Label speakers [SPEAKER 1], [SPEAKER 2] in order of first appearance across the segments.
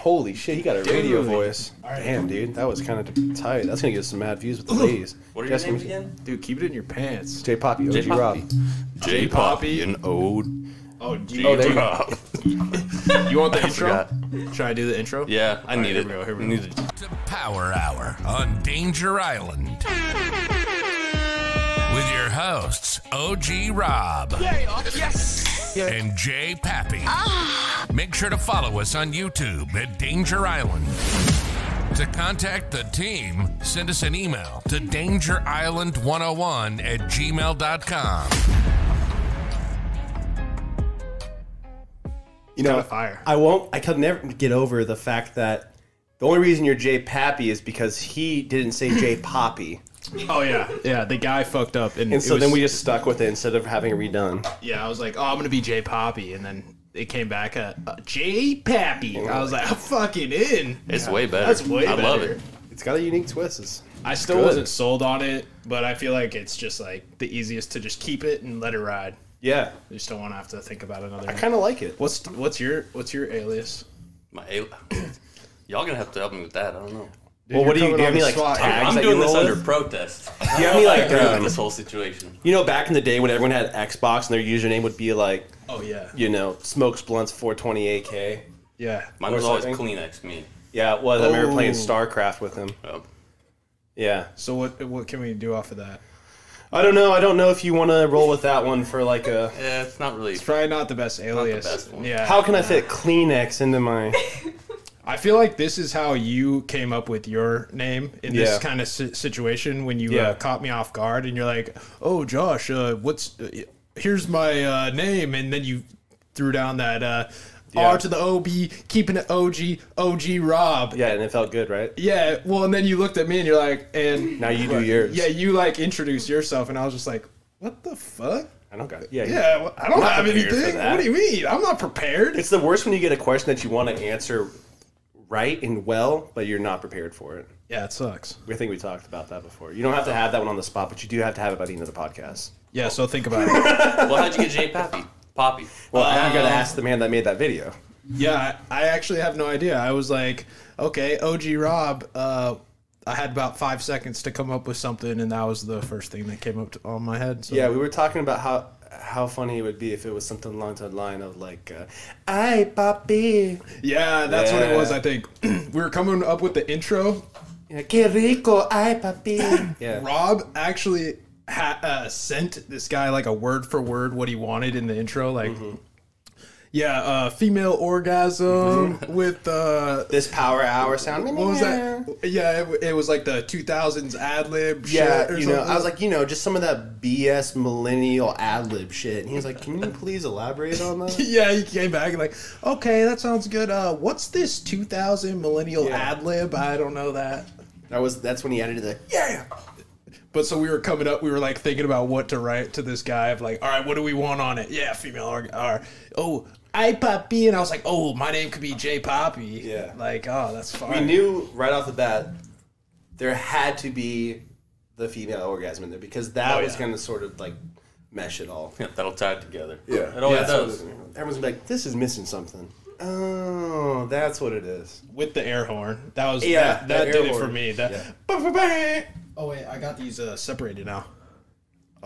[SPEAKER 1] Holy shit, he got a radio voice. Damn, dude, that was kind of tight. That's gonna get some mad views with the ladies.
[SPEAKER 2] What are your
[SPEAKER 1] Jessica-
[SPEAKER 2] names again?
[SPEAKER 3] Dude, keep it in your pants.
[SPEAKER 1] J Poppy, OG
[SPEAKER 2] Poppy.
[SPEAKER 1] Rob.
[SPEAKER 4] J Poppy and Ode.
[SPEAKER 3] Oh, do
[SPEAKER 1] Oh, there you go.
[SPEAKER 4] Rob.
[SPEAKER 3] you want the
[SPEAKER 4] I
[SPEAKER 3] intro? Should I do the intro?
[SPEAKER 4] Yeah, I
[SPEAKER 3] All right,
[SPEAKER 4] need
[SPEAKER 3] here
[SPEAKER 4] it.
[SPEAKER 3] we go, here we
[SPEAKER 4] I
[SPEAKER 3] go.
[SPEAKER 4] need it.
[SPEAKER 5] to Power Hour on Danger Island. With your hosts, OG Rob and Jay Pappy. Make sure to follow us on YouTube at Danger Island. To contact the team, send us an email to dangerisland101 at gmail.com.
[SPEAKER 1] You know,
[SPEAKER 3] Kinda fire.
[SPEAKER 1] I won't. I can never get over the fact that the only reason you're J Pappy is because he didn't say J Poppy,
[SPEAKER 3] Oh yeah, yeah. The guy fucked up, and,
[SPEAKER 1] and so
[SPEAKER 3] it was-
[SPEAKER 1] then we just stuck with it instead of having it redone.
[SPEAKER 3] yeah, I was like, oh, I'm gonna be J Poppy, and then it came back at uh, J Pappy. I was like, I'm fucking in.
[SPEAKER 4] It's way better.
[SPEAKER 3] That's way
[SPEAKER 4] I love
[SPEAKER 3] better.
[SPEAKER 4] it.
[SPEAKER 1] It's got a unique twist. It's-
[SPEAKER 3] I still
[SPEAKER 1] Good.
[SPEAKER 3] wasn't sold on it, but I feel like it's just like the easiest to just keep it and let it ride.
[SPEAKER 1] yeah,
[SPEAKER 3] I just don't want to have to think about another.
[SPEAKER 1] I kind of like it.
[SPEAKER 3] what's what's your what's your alias?
[SPEAKER 4] My al- Y'all gonna have to help me with that. I don't know.
[SPEAKER 1] well, what do you
[SPEAKER 3] coming
[SPEAKER 1] do? You have
[SPEAKER 3] on
[SPEAKER 1] any
[SPEAKER 3] the
[SPEAKER 1] like
[SPEAKER 3] spot.
[SPEAKER 1] tags
[SPEAKER 4] I'm
[SPEAKER 1] that
[SPEAKER 4] doing
[SPEAKER 1] you
[SPEAKER 4] this
[SPEAKER 1] roll
[SPEAKER 4] under
[SPEAKER 1] with?
[SPEAKER 4] protest.
[SPEAKER 1] Do you have any like?
[SPEAKER 4] Agree with
[SPEAKER 1] Um,
[SPEAKER 4] this whole situation.
[SPEAKER 1] you know, back in the day when everyone had Xbox and their username would be like,
[SPEAKER 3] Oh yeah,
[SPEAKER 1] you know, smokes blunts 420 AK.
[SPEAKER 3] yeah.
[SPEAKER 4] Mine was
[SPEAKER 1] or
[SPEAKER 4] always
[SPEAKER 1] something.
[SPEAKER 4] Kleenex. Me.
[SPEAKER 1] Yeah, it was. I remember playing
[SPEAKER 3] Oh.
[SPEAKER 1] StarCraft with him.
[SPEAKER 4] Um,
[SPEAKER 1] Yeah.
[SPEAKER 3] So what what can we do off of that?
[SPEAKER 1] I don't know. I don't know if you want to roll with that one for like a.
[SPEAKER 4] yeah, it's not really.
[SPEAKER 3] Probably not the best alias.
[SPEAKER 4] best one.
[SPEAKER 3] Yeah.
[SPEAKER 1] How can I fit Kleenex into my?
[SPEAKER 3] I feel like this is how you came up with your name in this
[SPEAKER 1] Yeah.
[SPEAKER 3] kind of si- situation when you
[SPEAKER 1] Yeah.
[SPEAKER 3] uh, caught me off guard and you're like, "Oh, Josh, uh, what's uh, here's my uh, name," and then you threw down that uh,
[SPEAKER 1] Yeah.
[SPEAKER 3] R to the OB, keeping it OG, OG Rob.
[SPEAKER 1] Yeah, and it felt good, right?
[SPEAKER 3] Yeah, well, and then you looked at me and you're like, and
[SPEAKER 1] Now you do yours.
[SPEAKER 3] yeah, you like introduced yourself, and I was just like, what the fuck?
[SPEAKER 1] I don't got. Yeah,
[SPEAKER 3] Yeah, well, I don't
[SPEAKER 1] not
[SPEAKER 3] have
[SPEAKER 1] prepared for
[SPEAKER 3] anything.
[SPEAKER 1] that.
[SPEAKER 3] What do you mean? I'm not prepared.
[SPEAKER 1] It's the worst when you get a question that you want to answer right and well, but you're not prepared for it.
[SPEAKER 3] yeah, it sucks.
[SPEAKER 1] I think we talked about that before. You don't have to have that one on the spot, but you do have to have it by the end of the podcast.
[SPEAKER 3] Yeah, so think about it.
[SPEAKER 4] Well, how'd you get J Poppy? Poppy. Ah.
[SPEAKER 1] Well, now you
[SPEAKER 3] Uh.
[SPEAKER 1] got to ask the man that made that video.
[SPEAKER 3] Yeah, I, I actually have no idea. I was like, okay, OG Rob. Uh, I had about five seconds to come up with something, and that was the first thing that came up to, on my head. So.
[SPEAKER 1] Yeah, we were talking about how how funny it would be if it was something along the line of like, uh, "I papi,
[SPEAKER 3] yeah, that's what it was.
[SPEAKER 1] Yeah.
[SPEAKER 3] I think we were coming up with the intro.
[SPEAKER 1] Yeah, que rico, ay papi." yeah,
[SPEAKER 3] Rob actually ha- uh, sent this guy like a word for word what he wanted in the intro, like.
[SPEAKER 1] Mm-hmm.
[SPEAKER 3] Yeah, uh, female orgasm
[SPEAKER 1] Mm-hmm.
[SPEAKER 3] with uh,
[SPEAKER 1] this power hour sound.
[SPEAKER 3] what was that? Yeah, it, it was like the 2000s ad lib.
[SPEAKER 1] Yeah,
[SPEAKER 3] shit or
[SPEAKER 1] you know, I
[SPEAKER 3] something.
[SPEAKER 1] was like, you know, just some of that BS millennial ad lib shit. And he was like, "Can you please elaborate on that?"
[SPEAKER 3] yeah, he came back and like, okay, that sounds good. Uh, what's this 2000 millennial
[SPEAKER 1] Yeah.
[SPEAKER 3] ad lib? I don't know that.
[SPEAKER 1] that was that's when he added the yeah.
[SPEAKER 3] But so we were coming up, we were like thinking about what to write to this guy of like, all right, what do we want on it? Yeah, female or, or oh, I Poppy, and I was like, oh, my name could be J Poppy.
[SPEAKER 1] Yeah.
[SPEAKER 3] like oh, that's
[SPEAKER 1] We
[SPEAKER 3] fine.
[SPEAKER 1] knew right off the bat there had to be the female orgasm in there because that
[SPEAKER 3] Oh,
[SPEAKER 1] was
[SPEAKER 3] yeah.
[SPEAKER 1] going to sort of like mesh it all.
[SPEAKER 4] Yeah, that'll tie it together.
[SPEAKER 1] Yeah.
[SPEAKER 4] it always
[SPEAKER 1] Yeah,
[SPEAKER 4] does.
[SPEAKER 1] Everyone's gonna be like, this is missing something. Oh, that's what it is.
[SPEAKER 3] with the air horn. That was
[SPEAKER 1] Yeah,
[SPEAKER 3] that, that
[SPEAKER 1] the
[SPEAKER 3] did
[SPEAKER 1] air
[SPEAKER 3] it for
[SPEAKER 1] horn.
[SPEAKER 3] me. That.
[SPEAKER 1] Yeah.
[SPEAKER 3] Ba-ba-ba. Oh wait, I got these uh, separated now.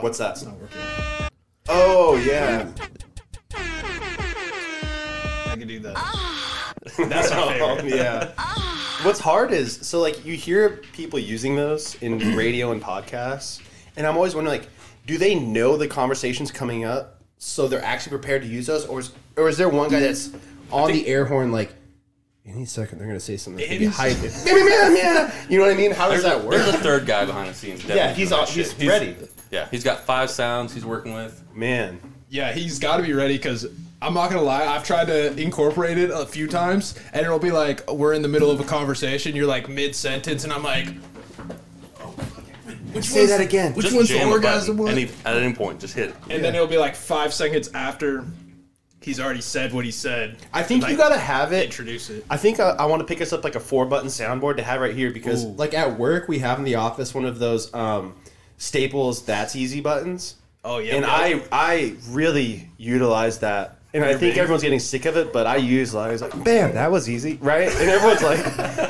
[SPEAKER 1] What's that?
[SPEAKER 3] Not working.
[SPEAKER 1] Oh yeah.
[SPEAKER 3] I can do that. That's my favorite.
[SPEAKER 1] Yeah. What's hard is so like you hear people using those in radio and podcasts, and I'm always wondering like, do they know the conversations coming up, so they're actually prepared to use those, or is or is there one guy that's on the air horn like? Any second, they're gonna say something. Maybe
[SPEAKER 3] Any-
[SPEAKER 1] hype it. Yeah, yeah, yeah. You know what I mean? How does
[SPEAKER 4] There's,
[SPEAKER 1] that
[SPEAKER 4] a, there's
[SPEAKER 1] work?
[SPEAKER 4] a third guy behind the scenes.
[SPEAKER 1] Yeah,
[SPEAKER 4] definitely
[SPEAKER 1] he's
[SPEAKER 4] doing
[SPEAKER 1] on,
[SPEAKER 4] that
[SPEAKER 1] he's
[SPEAKER 4] shit.
[SPEAKER 1] ready.
[SPEAKER 4] Yeah, he's got five sounds he's working with.
[SPEAKER 1] Man,
[SPEAKER 3] Yeah, he's got to be ready because I'm not gonna lie. I've tried to incorporate it a few times, and it'll be like we're in the middle of a conversation. You're like mid sentence, and I'm like, "Oh, which
[SPEAKER 1] Say that again.
[SPEAKER 3] Which
[SPEAKER 4] Just
[SPEAKER 3] one's the
[SPEAKER 4] jam a
[SPEAKER 3] orgasm
[SPEAKER 4] button.
[SPEAKER 3] one?
[SPEAKER 4] Any, at any point, just hit it.
[SPEAKER 3] and then it'll be like five seconds after he's already said what he said.
[SPEAKER 1] I think
[SPEAKER 3] Like,
[SPEAKER 1] you gotta have it
[SPEAKER 3] introduce it.
[SPEAKER 1] I think I, I want to pick us up like a four button soundboard to have right here because like at work we have in the office one of those um, staples that's easy buttons.
[SPEAKER 3] Oh, yeah,
[SPEAKER 1] and
[SPEAKER 3] yeah.
[SPEAKER 1] I I really utilize that And I think everyone's getting sick of it, but I use like, I was like, bam, that was easy, right? And everyone's like,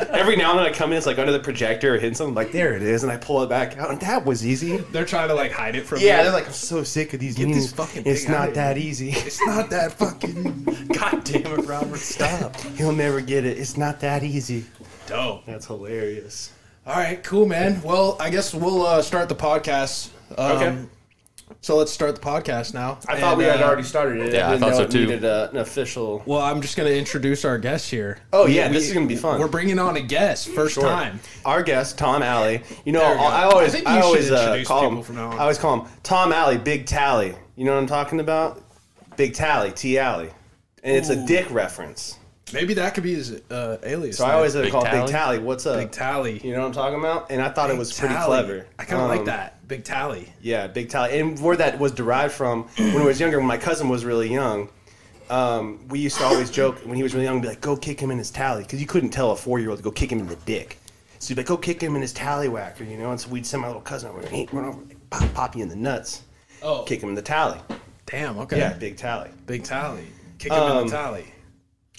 [SPEAKER 1] every now and then I come in, it's like under the projector or hitting something, like, there it is. And I pull it back out, and that was easy.
[SPEAKER 3] They're trying to like hide it from
[SPEAKER 1] Yeah,
[SPEAKER 3] you.
[SPEAKER 1] they're like, I'm so sick of these Get
[SPEAKER 3] this fucking
[SPEAKER 1] It's
[SPEAKER 3] thing out
[SPEAKER 1] not
[SPEAKER 3] of
[SPEAKER 1] that easy.
[SPEAKER 3] it's not that fucking
[SPEAKER 4] God damn it, Robert, stop.
[SPEAKER 1] He'll never get it. It's not that easy.
[SPEAKER 3] dope.
[SPEAKER 1] That's hilarious.
[SPEAKER 3] All right, cool, man. Well, I guess we'll uh, start the podcast. Um,
[SPEAKER 1] Okay.
[SPEAKER 3] So let's start the podcast now.
[SPEAKER 1] I thought
[SPEAKER 3] And,
[SPEAKER 1] we had
[SPEAKER 3] uh,
[SPEAKER 1] already started it.
[SPEAKER 4] yeah, I
[SPEAKER 1] didn't
[SPEAKER 4] thought
[SPEAKER 1] know
[SPEAKER 4] so
[SPEAKER 1] it
[SPEAKER 4] too.
[SPEAKER 1] Needed uh, an official.
[SPEAKER 3] Well, I'm just going to introduce our guest here.
[SPEAKER 1] Oh yeah, this is gonna be fun.
[SPEAKER 3] We're bringing on a guest first
[SPEAKER 1] Sure.
[SPEAKER 3] time.
[SPEAKER 1] Our guest, Tom Alley. You know,
[SPEAKER 3] There we go.
[SPEAKER 1] I
[SPEAKER 3] I
[SPEAKER 1] always,
[SPEAKER 3] think
[SPEAKER 1] I,
[SPEAKER 3] you should
[SPEAKER 1] always uh,
[SPEAKER 3] introduce
[SPEAKER 1] call
[SPEAKER 3] people
[SPEAKER 1] him.
[SPEAKER 3] from now on.
[SPEAKER 1] I always call him Tom Alley, Big Tally. You know what I'm talking about? Big Tally, T Alley, and it's a dick reference.
[SPEAKER 3] Maybe that could be his uh, alias.
[SPEAKER 1] So I always uh,
[SPEAKER 4] Big
[SPEAKER 1] call it
[SPEAKER 4] Tally?
[SPEAKER 1] Big Tally. What's up?
[SPEAKER 3] Big Tally.
[SPEAKER 1] You know what I'm talking about? And I thought it was pretty
[SPEAKER 3] Tally.
[SPEAKER 1] clever.
[SPEAKER 3] I kind of
[SPEAKER 1] Um,
[SPEAKER 3] like that. Big Tally.
[SPEAKER 1] Yeah, Big Tally. And where that was derived from, when I was younger, when my cousin was really young, um, we used to always joke when he was really young, be like, go kick him in his tally. Because you couldn't tell a four year old to go kick him in the dick. So you'd be like, go kick him in his tallywhacker, you know? And so we'd send my little cousin over and he'd run over, like, pop, pop you in the nuts,
[SPEAKER 3] Oh,
[SPEAKER 1] kick him in the tally.
[SPEAKER 3] damn. Okay.
[SPEAKER 1] Yeah, Big Tally.
[SPEAKER 3] Big Um, Tally. Kick him in the tally.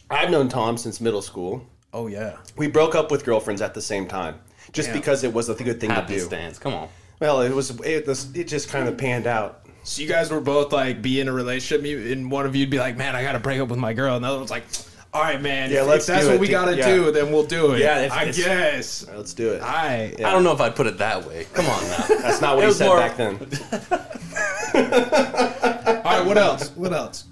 [SPEAKER 1] I've known Tom since middle school.
[SPEAKER 3] Oh yeah.
[SPEAKER 1] We broke up with girlfriends at the same time. Just
[SPEAKER 3] Yeah.
[SPEAKER 1] because it was a good thing to
[SPEAKER 4] Happy
[SPEAKER 1] do.
[SPEAKER 4] stands. Come on.
[SPEAKER 1] Well, it was it, was- it just kind of panned out.
[SPEAKER 3] So you guys were both like be in a relationship, you, and one of you'd be like, "Man, I got to break up with my girl," and the other one's like, "All right, man.
[SPEAKER 1] Yeah,
[SPEAKER 3] if,
[SPEAKER 1] let's
[SPEAKER 3] if that's
[SPEAKER 1] do
[SPEAKER 3] what
[SPEAKER 1] it,
[SPEAKER 3] we
[SPEAKER 1] dude.
[SPEAKER 3] got to
[SPEAKER 1] Yeah.
[SPEAKER 3] do, then we'll do it."
[SPEAKER 1] Yeah, if
[SPEAKER 3] I
[SPEAKER 1] it's-
[SPEAKER 3] guess.
[SPEAKER 1] All right, let's do it.
[SPEAKER 3] I.
[SPEAKER 4] I don't know if I'd put it that way. Come on now.
[SPEAKER 1] That's not what
[SPEAKER 4] It
[SPEAKER 1] he
[SPEAKER 4] was
[SPEAKER 1] said
[SPEAKER 4] more-
[SPEAKER 1] back then.
[SPEAKER 3] All right. What else? What else?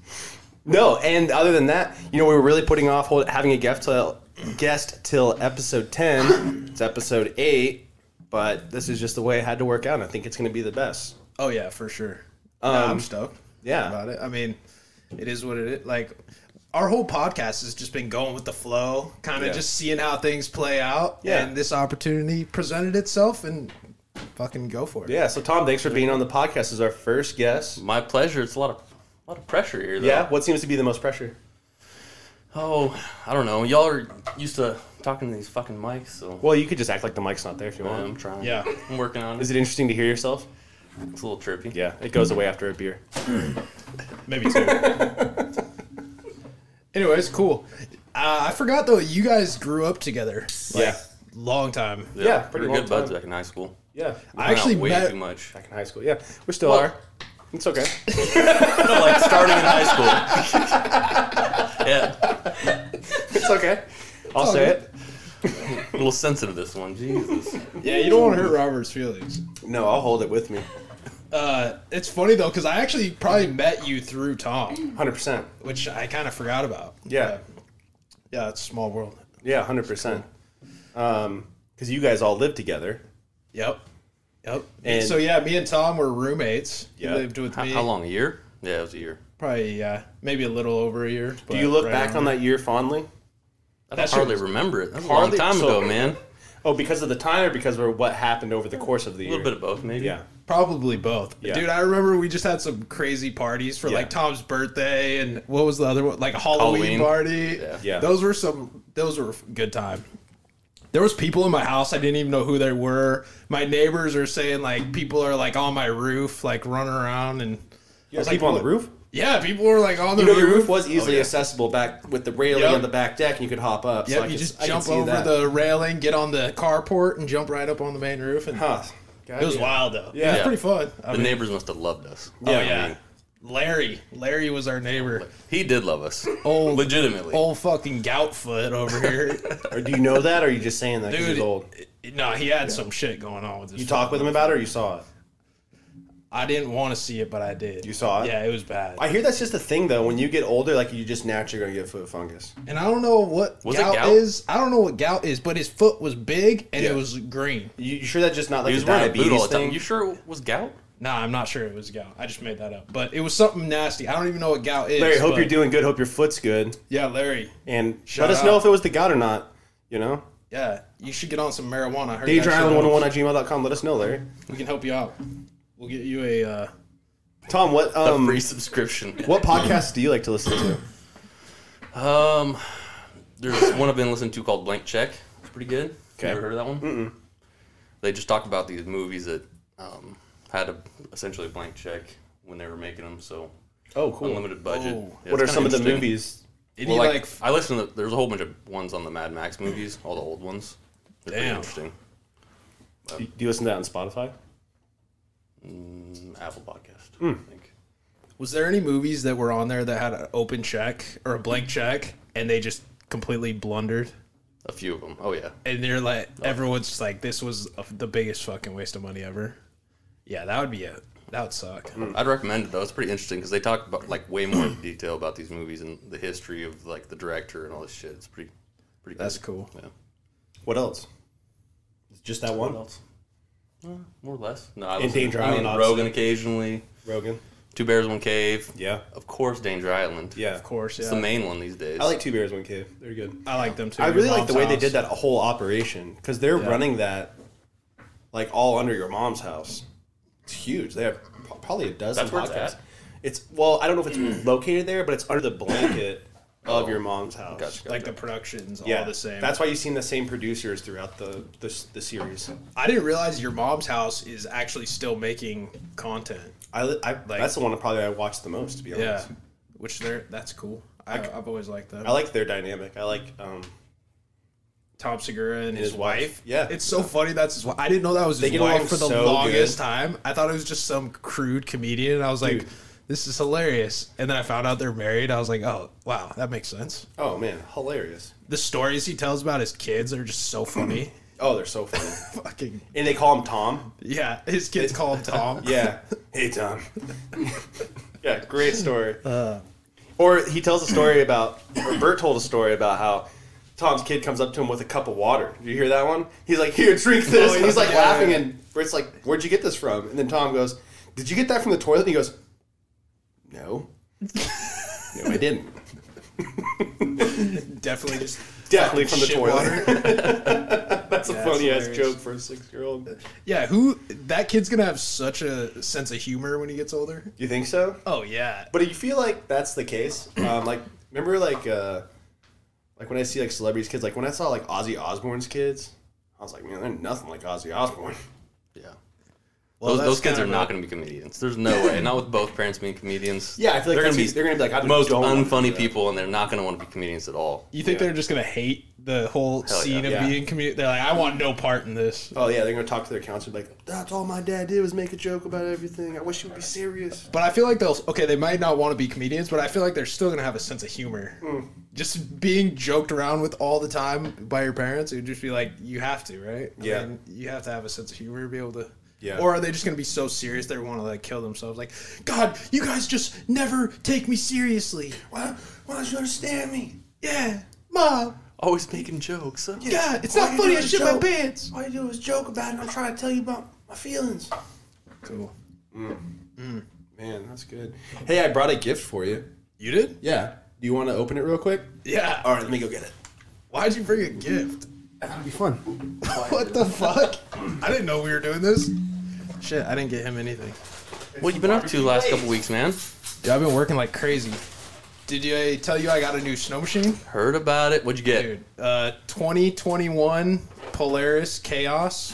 [SPEAKER 1] No, and other than that, you know, we were really putting off hold, having a guest till guest till episode ten. It's episode eight, but this is just the way it had to work out. And I think it's going to be the best.
[SPEAKER 3] Oh yeah, for sure. Um, No, I'm stoked.
[SPEAKER 1] yeah.
[SPEAKER 3] About it. I mean, it is what it is. Like our whole podcast has just been going with the flow, kind of
[SPEAKER 1] Yeah.
[SPEAKER 3] just seeing how things play out.
[SPEAKER 1] Yeah.
[SPEAKER 3] And this opportunity presented itself, and fucking go for it.
[SPEAKER 1] Yeah. So Tom, thanks for being on the podcast as our first guest.
[SPEAKER 4] My pleasure. It's a lot of a lot of pressure here, though.
[SPEAKER 1] Yeah. What seems to be the most pressure?
[SPEAKER 4] Oh, I don't know. Y'all are used to talking to these fucking mics, so
[SPEAKER 1] Well, you could just act like the mic's not there if you
[SPEAKER 4] I'm
[SPEAKER 1] want.
[SPEAKER 4] trying.
[SPEAKER 3] Yeah.
[SPEAKER 4] I'm working on
[SPEAKER 1] Is
[SPEAKER 4] it.
[SPEAKER 1] it interesting to hear yourself?
[SPEAKER 4] It's a little trippy.
[SPEAKER 1] Yeah, it goes away after a beer.
[SPEAKER 3] Maybe two. Anyways, cool. Uh, I forgot though. You guys grew up together. Like,
[SPEAKER 1] Yeah.
[SPEAKER 3] Long time.
[SPEAKER 1] Yeah,
[SPEAKER 4] pretty
[SPEAKER 1] pretty
[SPEAKER 4] good
[SPEAKER 1] long
[SPEAKER 4] buds
[SPEAKER 1] time.
[SPEAKER 4] back in high school.
[SPEAKER 1] Yeah,
[SPEAKER 3] I
[SPEAKER 4] Hung out
[SPEAKER 3] actually
[SPEAKER 4] way
[SPEAKER 3] met.
[SPEAKER 4] too much.
[SPEAKER 1] back in high school. Yeah, we still are. It's okay.
[SPEAKER 4] like starting in high school. yeah,
[SPEAKER 1] It's okay. I'll say it.
[SPEAKER 4] a little sensitive this one. Jesus.
[SPEAKER 3] Yeah, you don't want to hurt Robert's feelings.
[SPEAKER 1] No, I'll hold it with me.
[SPEAKER 3] Uh, it's funny though, because I actually probably met you through Tom,
[SPEAKER 1] Hundred percent.
[SPEAKER 3] which I kind of forgot about.
[SPEAKER 1] Yeah.
[SPEAKER 3] Yeah, it's a small world.
[SPEAKER 1] Yeah, hundred percent. Um, because you guys all live together.
[SPEAKER 3] Yep. Yep.
[SPEAKER 1] And-
[SPEAKER 3] so yeah, me and Tom were roommates. He
[SPEAKER 1] Yeah.
[SPEAKER 3] lived with
[SPEAKER 4] How,
[SPEAKER 3] me.
[SPEAKER 4] how long? A year? Yeah, it was a year.
[SPEAKER 3] Probably yeah, maybe a little over a year.
[SPEAKER 1] Do you look back on that year fondly?
[SPEAKER 4] I
[SPEAKER 3] That's
[SPEAKER 4] hardly
[SPEAKER 3] your-
[SPEAKER 4] remember it. That was a long
[SPEAKER 1] Hardly-
[SPEAKER 4] time
[SPEAKER 1] so-
[SPEAKER 4] ago, man.
[SPEAKER 1] Oh, because of the time or because of what happened over the course of the
[SPEAKER 4] A
[SPEAKER 1] year?
[SPEAKER 4] little bit of both, maybe.
[SPEAKER 1] Yeah.
[SPEAKER 3] Probably both. But
[SPEAKER 1] Yeah.
[SPEAKER 3] Dude, I remember we just had some crazy parties for
[SPEAKER 1] Yeah.
[SPEAKER 3] like Tom's birthday and what was the other one? Like a Halloween,
[SPEAKER 4] Halloween.
[SPEAKER 3] party.
[SPEAKER 4] Yeah.
[SPEAKER 1] Yeah.
[SPEAKER 3] Those were some those were a good time. There was people in my house I didn't even know who they were. My neighbors are saying like people are like on my roof, like running around and
[SPEAKER 1] You guys people on the roof? Oh,
[SPEAKER 3] Yeah, people were like on the
[SPEAKER 1] You know,
[SPEAKER 3] roof. Oh,
[SPEAKER 1] your roof was easily
[SPEAKER 4] yeah.
[SPEAKER 1] accessible back with the railing
[SPEAKER 3] Yep.
[SPEAKER 1] on the back deck, and you could hop up.
[SPEAKER 3] Yep,
[SPEAKER 1] I
[SPEAKER 3] you
[SPEAKER 1] could- I
[SPEAKER 3] just
[SPEAKER 1] could
[SPEAKER 3] jump
[SPEAKER 1] see
[SPEAKER 3] over
[SPEAKER 1] that.
[SPEAKER 3] the railing, get on the carport, and jump right up on the main roof. And
[SPEAKER 1] Huh.
[SPEAKER 3] it was wild though. Yeah, it was
[SPEAKER 4] Yeah.
[SPEAKER 3] pretty fun. I
[SPEAKER 4] The
[SPEAKER 3] mean,
[SPEAKER 4] neighbors must have loved us.
[SPEAKER 3] oh,
[SPEAKER 1] Yeah, I
[SPEAKER 3] yeah.
[SPEAKER 1] mean-
[SPEAKER 3] Larry, Larry was our neighbor.
[SPEAKER 4] He did love us.
[SPEAKER 3] Old-
[SPEAKER 4] legitimately.
[SPEAKER 3] Old fucking goutfoot over here,
[SPEAKER 1] Or do you know that, or are you just saying that? 'cause
[SPEAKER 3] dude.
[SPEAKER 1] he's old.
[SPEAKER 3] No, he had some shit going on with this.
[SPEAKER 1] You talked with him about it, or you saw it?
[SPEAKER 3] I didn't want to see it, but I did.
[SPEAKER 1] You saw it?
[SPEAKER 3] Yeah, it was bad.
[SPEAKER 1] I hear that's just a thing, though. When you get older, like you just naturally gonna get foot fungus.
[SPEAKER 3] and I don't know what
[SPEAKER 4] Was it
[SPEAKER 3] gout,
[SPEAKER 4] gout?
[SPEAKER 3] is. I don't know what gout is, but his foot was big and
[SPEAKER 1] Yeah.
[SPEAKER 3] it was green.
[SPEAKER 1] You, you sure that's just not like
[SPEAKER 4] he
[SPEAKER 1] a
[SPEAKER 4] was wearing a boot all
[SPEAKER 1] diabetes
[SPEAKER 4] the time.
[SPEAKER 1] thing?
[SPEAKER 4] You sure it was gout?
[SPEAKER 3] Nah, I'm not sure it was gout. I just made that up, but it was something nasty. I don't even know what gout is.
[SPEAKER 1] Larry, hope
[SPEAKER 3] but-
[SPEAKER 1] you're doing good. Hope your foot's good,
[SPEAKER 3] Yeah, Larry.
[SPEAKER 1] and
[SPEAKER 3] Shout
[SPEAKER 1] let us know
[SPEAKER 3] out.
[SPEAKER 1] if it was the gout or not. You know.
[SPEAKER 3] Yeah, you should get on some marijuana. I heard that
[SPEAKER 1] Danger
[SPEAKER 3] shit
[SPEAKER 1] Island
[SPEAKER 3] helps.
[SPEAKER 1] 101 at gmail.com. Let us know, Larry.
[SPEAKER 3] We can help you out. We'll get you a. Uh,
[SPEAKER 1] Tom, what um,
[SPEAKER 4] Free subscription.
[SPEAKER 1] what podcasts do you like to listen to?
[SPEAKER 4] Um, there's one I've been listening to called Blank Check. It's pretty good. You ever heard of that one? Mm-mm. They just talk about these movies that um, had a, essentially a blank check when they were making them. So
[SPEAKER 1] Oh, cool.
[SPEAKER 4] unlimited budget.
[SPEAKER 3] Oh.
[SPEAKER 4] Yeah,
[SPEAKER 1] what are
[SPEAKER 4] it's kinda
[SPEAKER 1] some of the
[SPEAKER 4] interesting.
[SPEAKER 1] movies?
[SPEAKER 3] Any
[SPEAKER 4] Well,
[SPEAKER 3] like,
[SPEAKER 4] like, I listened. To, there's a whole bunch of ones on the Mad Max movies, all the old ones. They're pretty
[SPEAKER 3] Damn.
[SPEAKER 4] interesting.
[SPEAKER 1] Do you listen to that on Spotify?
[SPEAKER 4] Mm, Apple Podcast.
[SPEAKER 1] Hmm.
[SPEAKER 4] I think.
[SPEAKER 3] was there any movies that were on there that had an open check or a blank check and they just completely blundered?
[SPEAKER 4] A few of them. Oh yeah.
[SPEAKER 3] And they're like, everyone's just like, this was a, the biggest fucking waste of money ever. Yeah, that would be it. That would suck.
[SPEAKER 1] Hmm.
[SPEAKER 4] I'd recommend it though. It's pretty interesting because they talk about like way more in detail about these movies and the history of like the director and all this shit. It's pretty, pretty.
[SPEAKER 3] That's
[SPEAKER 4] good.
[SPEAKER 3] cool.
[SPEAKER 4] Yeah.
[SPEAKER 1] What else? Just that one.
[SPEAKER 4] More or less. No, I
[SPEAKER 1] And
[SPEAKER 4] listen-
[SPEAKER 1] Danger
[SPEAKER 4] I mean,
[SPEAKER 1] Island,
[SPEAKER 4] Rogan occasionally.
[SPEAKER 1] Rogan.
[SPEAKER 4] Two Bears, One Cave.
[SPEAKER 1] Yeah.
[SPEAKER 4] Of course, Danger Island.
[SPEAKER 1] Yeah.
[SPEAKER 3] Of course, yeah.
[SPEAKER 4] It's the main one these days.
[SPEAKER 1] I like Two Bears One Cave. They're good.
[SPEAKER 3] I like them too.
[SPEAKER 1] I really
[SPEAKER 3] Your
[SPEAKER 1] like the
[SPEAKER 3] mom's
[SPEAKER 1] way they
[SPEAKER 3] house.
[SPEAKER 1] did that whole operation because they're running that like all under your mom's house. It's huge. They have p- probably a dozen
[SPEAKER 4] That's where it's
[SPEAKER 1] podcasts.
[SPEAKER 4] at?
[SPEAKER 1] It's well, I don't know if it's located there, but it's under the blanket of your mom's house.
[SPEAKER 4] Oh. Gotcha, gotcha.
[SPEAKER 3] Like the productions, all the same.
[SPEAKER 1] That's why you've seen the same producers throughout the the, s- the series.
[SPEAKER 3] I didn't realize your mom's house is actually still making content.
[SPEAKER 1] I, li- I that's the one I probably I watched the most to be
[SPEAKER 3] Yeah,
[SPEAKER 1] honest.
[SPEAKER 3] which they're that's cool. I, I've always liked that.
[SPEAKER 1] I like their dynamic. I like um,
[SPEAKER 3] Tom Segura and, his,
[SPEAKER 1] his wife.
[SPEAKER 3] wife.
[SPEAKER 1] Yeah.
[SPEAKER 3] it's so funny. That's his wife. I didn't know that was
[SPEAKER 1] They
[SPEAKER 3] his
[SPEAKER 1] get
[SPEAKER 3] wife
[SPEAKER 1] along
[SPEAKER 3] for the
[SPEAKER 1] so
[SPEAKER 3] longest
[SPEAKER 1] good.
[SPEAKER 3] time. I thought it was just some crude comedian. And I was like,
[SPEAKER 1] Dude.
[SPEAKER 3] this is hilarious. And then I found out they're married. I was like, oh wow, that makes sense.
[SPEAKER 1] oh man, hilarious.
[SPEAKER 3] The stories he tells about his kids are just so funny.
[SPEAKER 1] Oh, they're so funny.
[SPEAKER 3] Fucking
[SPEAKER 1] and they call him Tom.
[SPEAKER 3] yeah, his kids call him Tom.
[SPEAKER 1] Yeah. hey, Tom. yeah, great story. or he tells a story about, or Bert told a story about how Tom's kid comes up to him with a cup of water. Did you hear that one? He's like, here, drink this.
[SPEAKER 3] Oh,
[SPEAKER 1] and he's like
[SPEAKER 3] yeah,
[SPEAKER 1] laughing,
[SPEAKER 3] yeah.
[SPEAKER 1] and Bert's like, where'd you get this from? And then Tom goes, did you get that from the toilet? And he goes, no. no, I didn't.
[SPEAKER 3] Definitely just
[SPEAKER 1] Definitely
[SPEAKER 3] fucking
[SPEAKER 1] from the
[SPEAKER 3] shit
[SPEAKER 1] toilet.
[SPEAKER 3] water.
[SPEAKER 1] That's a
[SPEAKER 3] Yeah,
[SPEAKER 1] funny
[SPEAKER 3] that's
[SPEAKER 1] ass
[SPEAKER 3] hilarious.
[SPEAKER 1] joke for a six year old.
[SPEAKER 3] Yeah, who that kid's gonna have such a sense of humor when he gets older.
[SPEAKER 1] You think so?
[SPEAKER 3] Oh yeah,
[SPEAKER 1] But do you feel like that's the case? Um, like, remember, like, uh, like when I see like celebrities' kids, like when I saw like Ozzy Osbourne's kids, I was like, man, they're nothing like Ozzy Osbourne.
[SPEAKER 4] yeah.
[SPEAKER 3] well,
[SPEAKER 4] those,
[SPEAKER 3] that's
[SPEAKER 4] those kids
[SPEAKER 3] kind
[SPEAKER 4] are
[SPEAKER 3] of
[SPEAKER 4] not going to be comedians. There's no way. Not with both parents being comedians.
[SPEAKER 1] Yeah, I feel like that's
[SPEAKER 4] they're going to be
[SPEAKER 1] who- they're gonna be like, I
[SPEAKER 4] the most
[SPEAKER 1] don't wanna do
[SPEAKER 4] unfunny
[SPEAKER 1] that.
[SPEAKER 4] people, and they're not going to want to be comedians at all.
[SPEAKER 3] You think they're just gonna hate the whole
[SPEAKER 4] yeah.
[SPEAKER 3] scene of
[SPEAKER 1] Yeah.
[SPEAKER 3] being community? They're like, I want no part in this.
[SPEAKER 1] Oh yeah, they're gonna talk to their counselor like, that's all my dad did was make a joke about everything. I wish he would be serious.
[SPEAKER 3] But I feel like they'll okay. They might not want to be comedians, but I feel like they're still gonna have a sense of humor.
[SPEAKER 1] Hmm.
[SPEAKER 3] Just being joked around with all the time by your parents, it would just be like you have to, right? I
[SPEAKER 1] Yeah.
[SPEAKER 3] mean, you have to have a sense of humor to be able to.
[SPEAKER 1] Yeah.
[SPEAKER 3] Or are they just gonna be so serious they want to like kill themselves? Like, God, you guys just never take me seriously.
[SPEAKER 1] Why, why don't you understand me?
[SPEAKER 3] Yeah, Mom.
[SPEAKER 4] Always making jokes. huh?
[SPEAKER 3] God, it's
[SPEAKER 1] Why
[SPEAKER 3] not
[SPEAKER 1] you
[SPEAKER 3] funny.
[SPEAKER 1] doing
[SPEAKER 3] I
[SPEAKER 1] a
[SPEAKER 3] shit my
[SPEAKER 1] joke?
[SPEAKER 3] pants.
[SPEAKER 1] All you do is joke about it. and I'm trying to tell you about my feelings.
[SPEAKER 3] Cool.
[SPEAKER 1] Man, that's good. Hey, I brought a gift for you.
[SPEAKER 3] You did?
[SPEAKER 1] Yeah. Do you want to open it real quick?
[SPEAKER 3] Yeah.
[SPEAKER 1] All right, let me go get it.
[SPEAKER 3] Why'd you bring a gift?
[SPEAKER 1] That'll be fun.
[SPEAKER 3] What the fuck? I didn't know we were doing this. Shit, I didn't get him anything.
[SPEAKER 4] What you been up to the last couple weeks, man?
[SPEAKER 3] Dude, I've been working like crazy. Did I tell you I got a new snow machine?
[SPEAKER 4] Heard about it. What'd you get?
[SPEAKER 3] Dude, uh, 2021 Polaris Chaos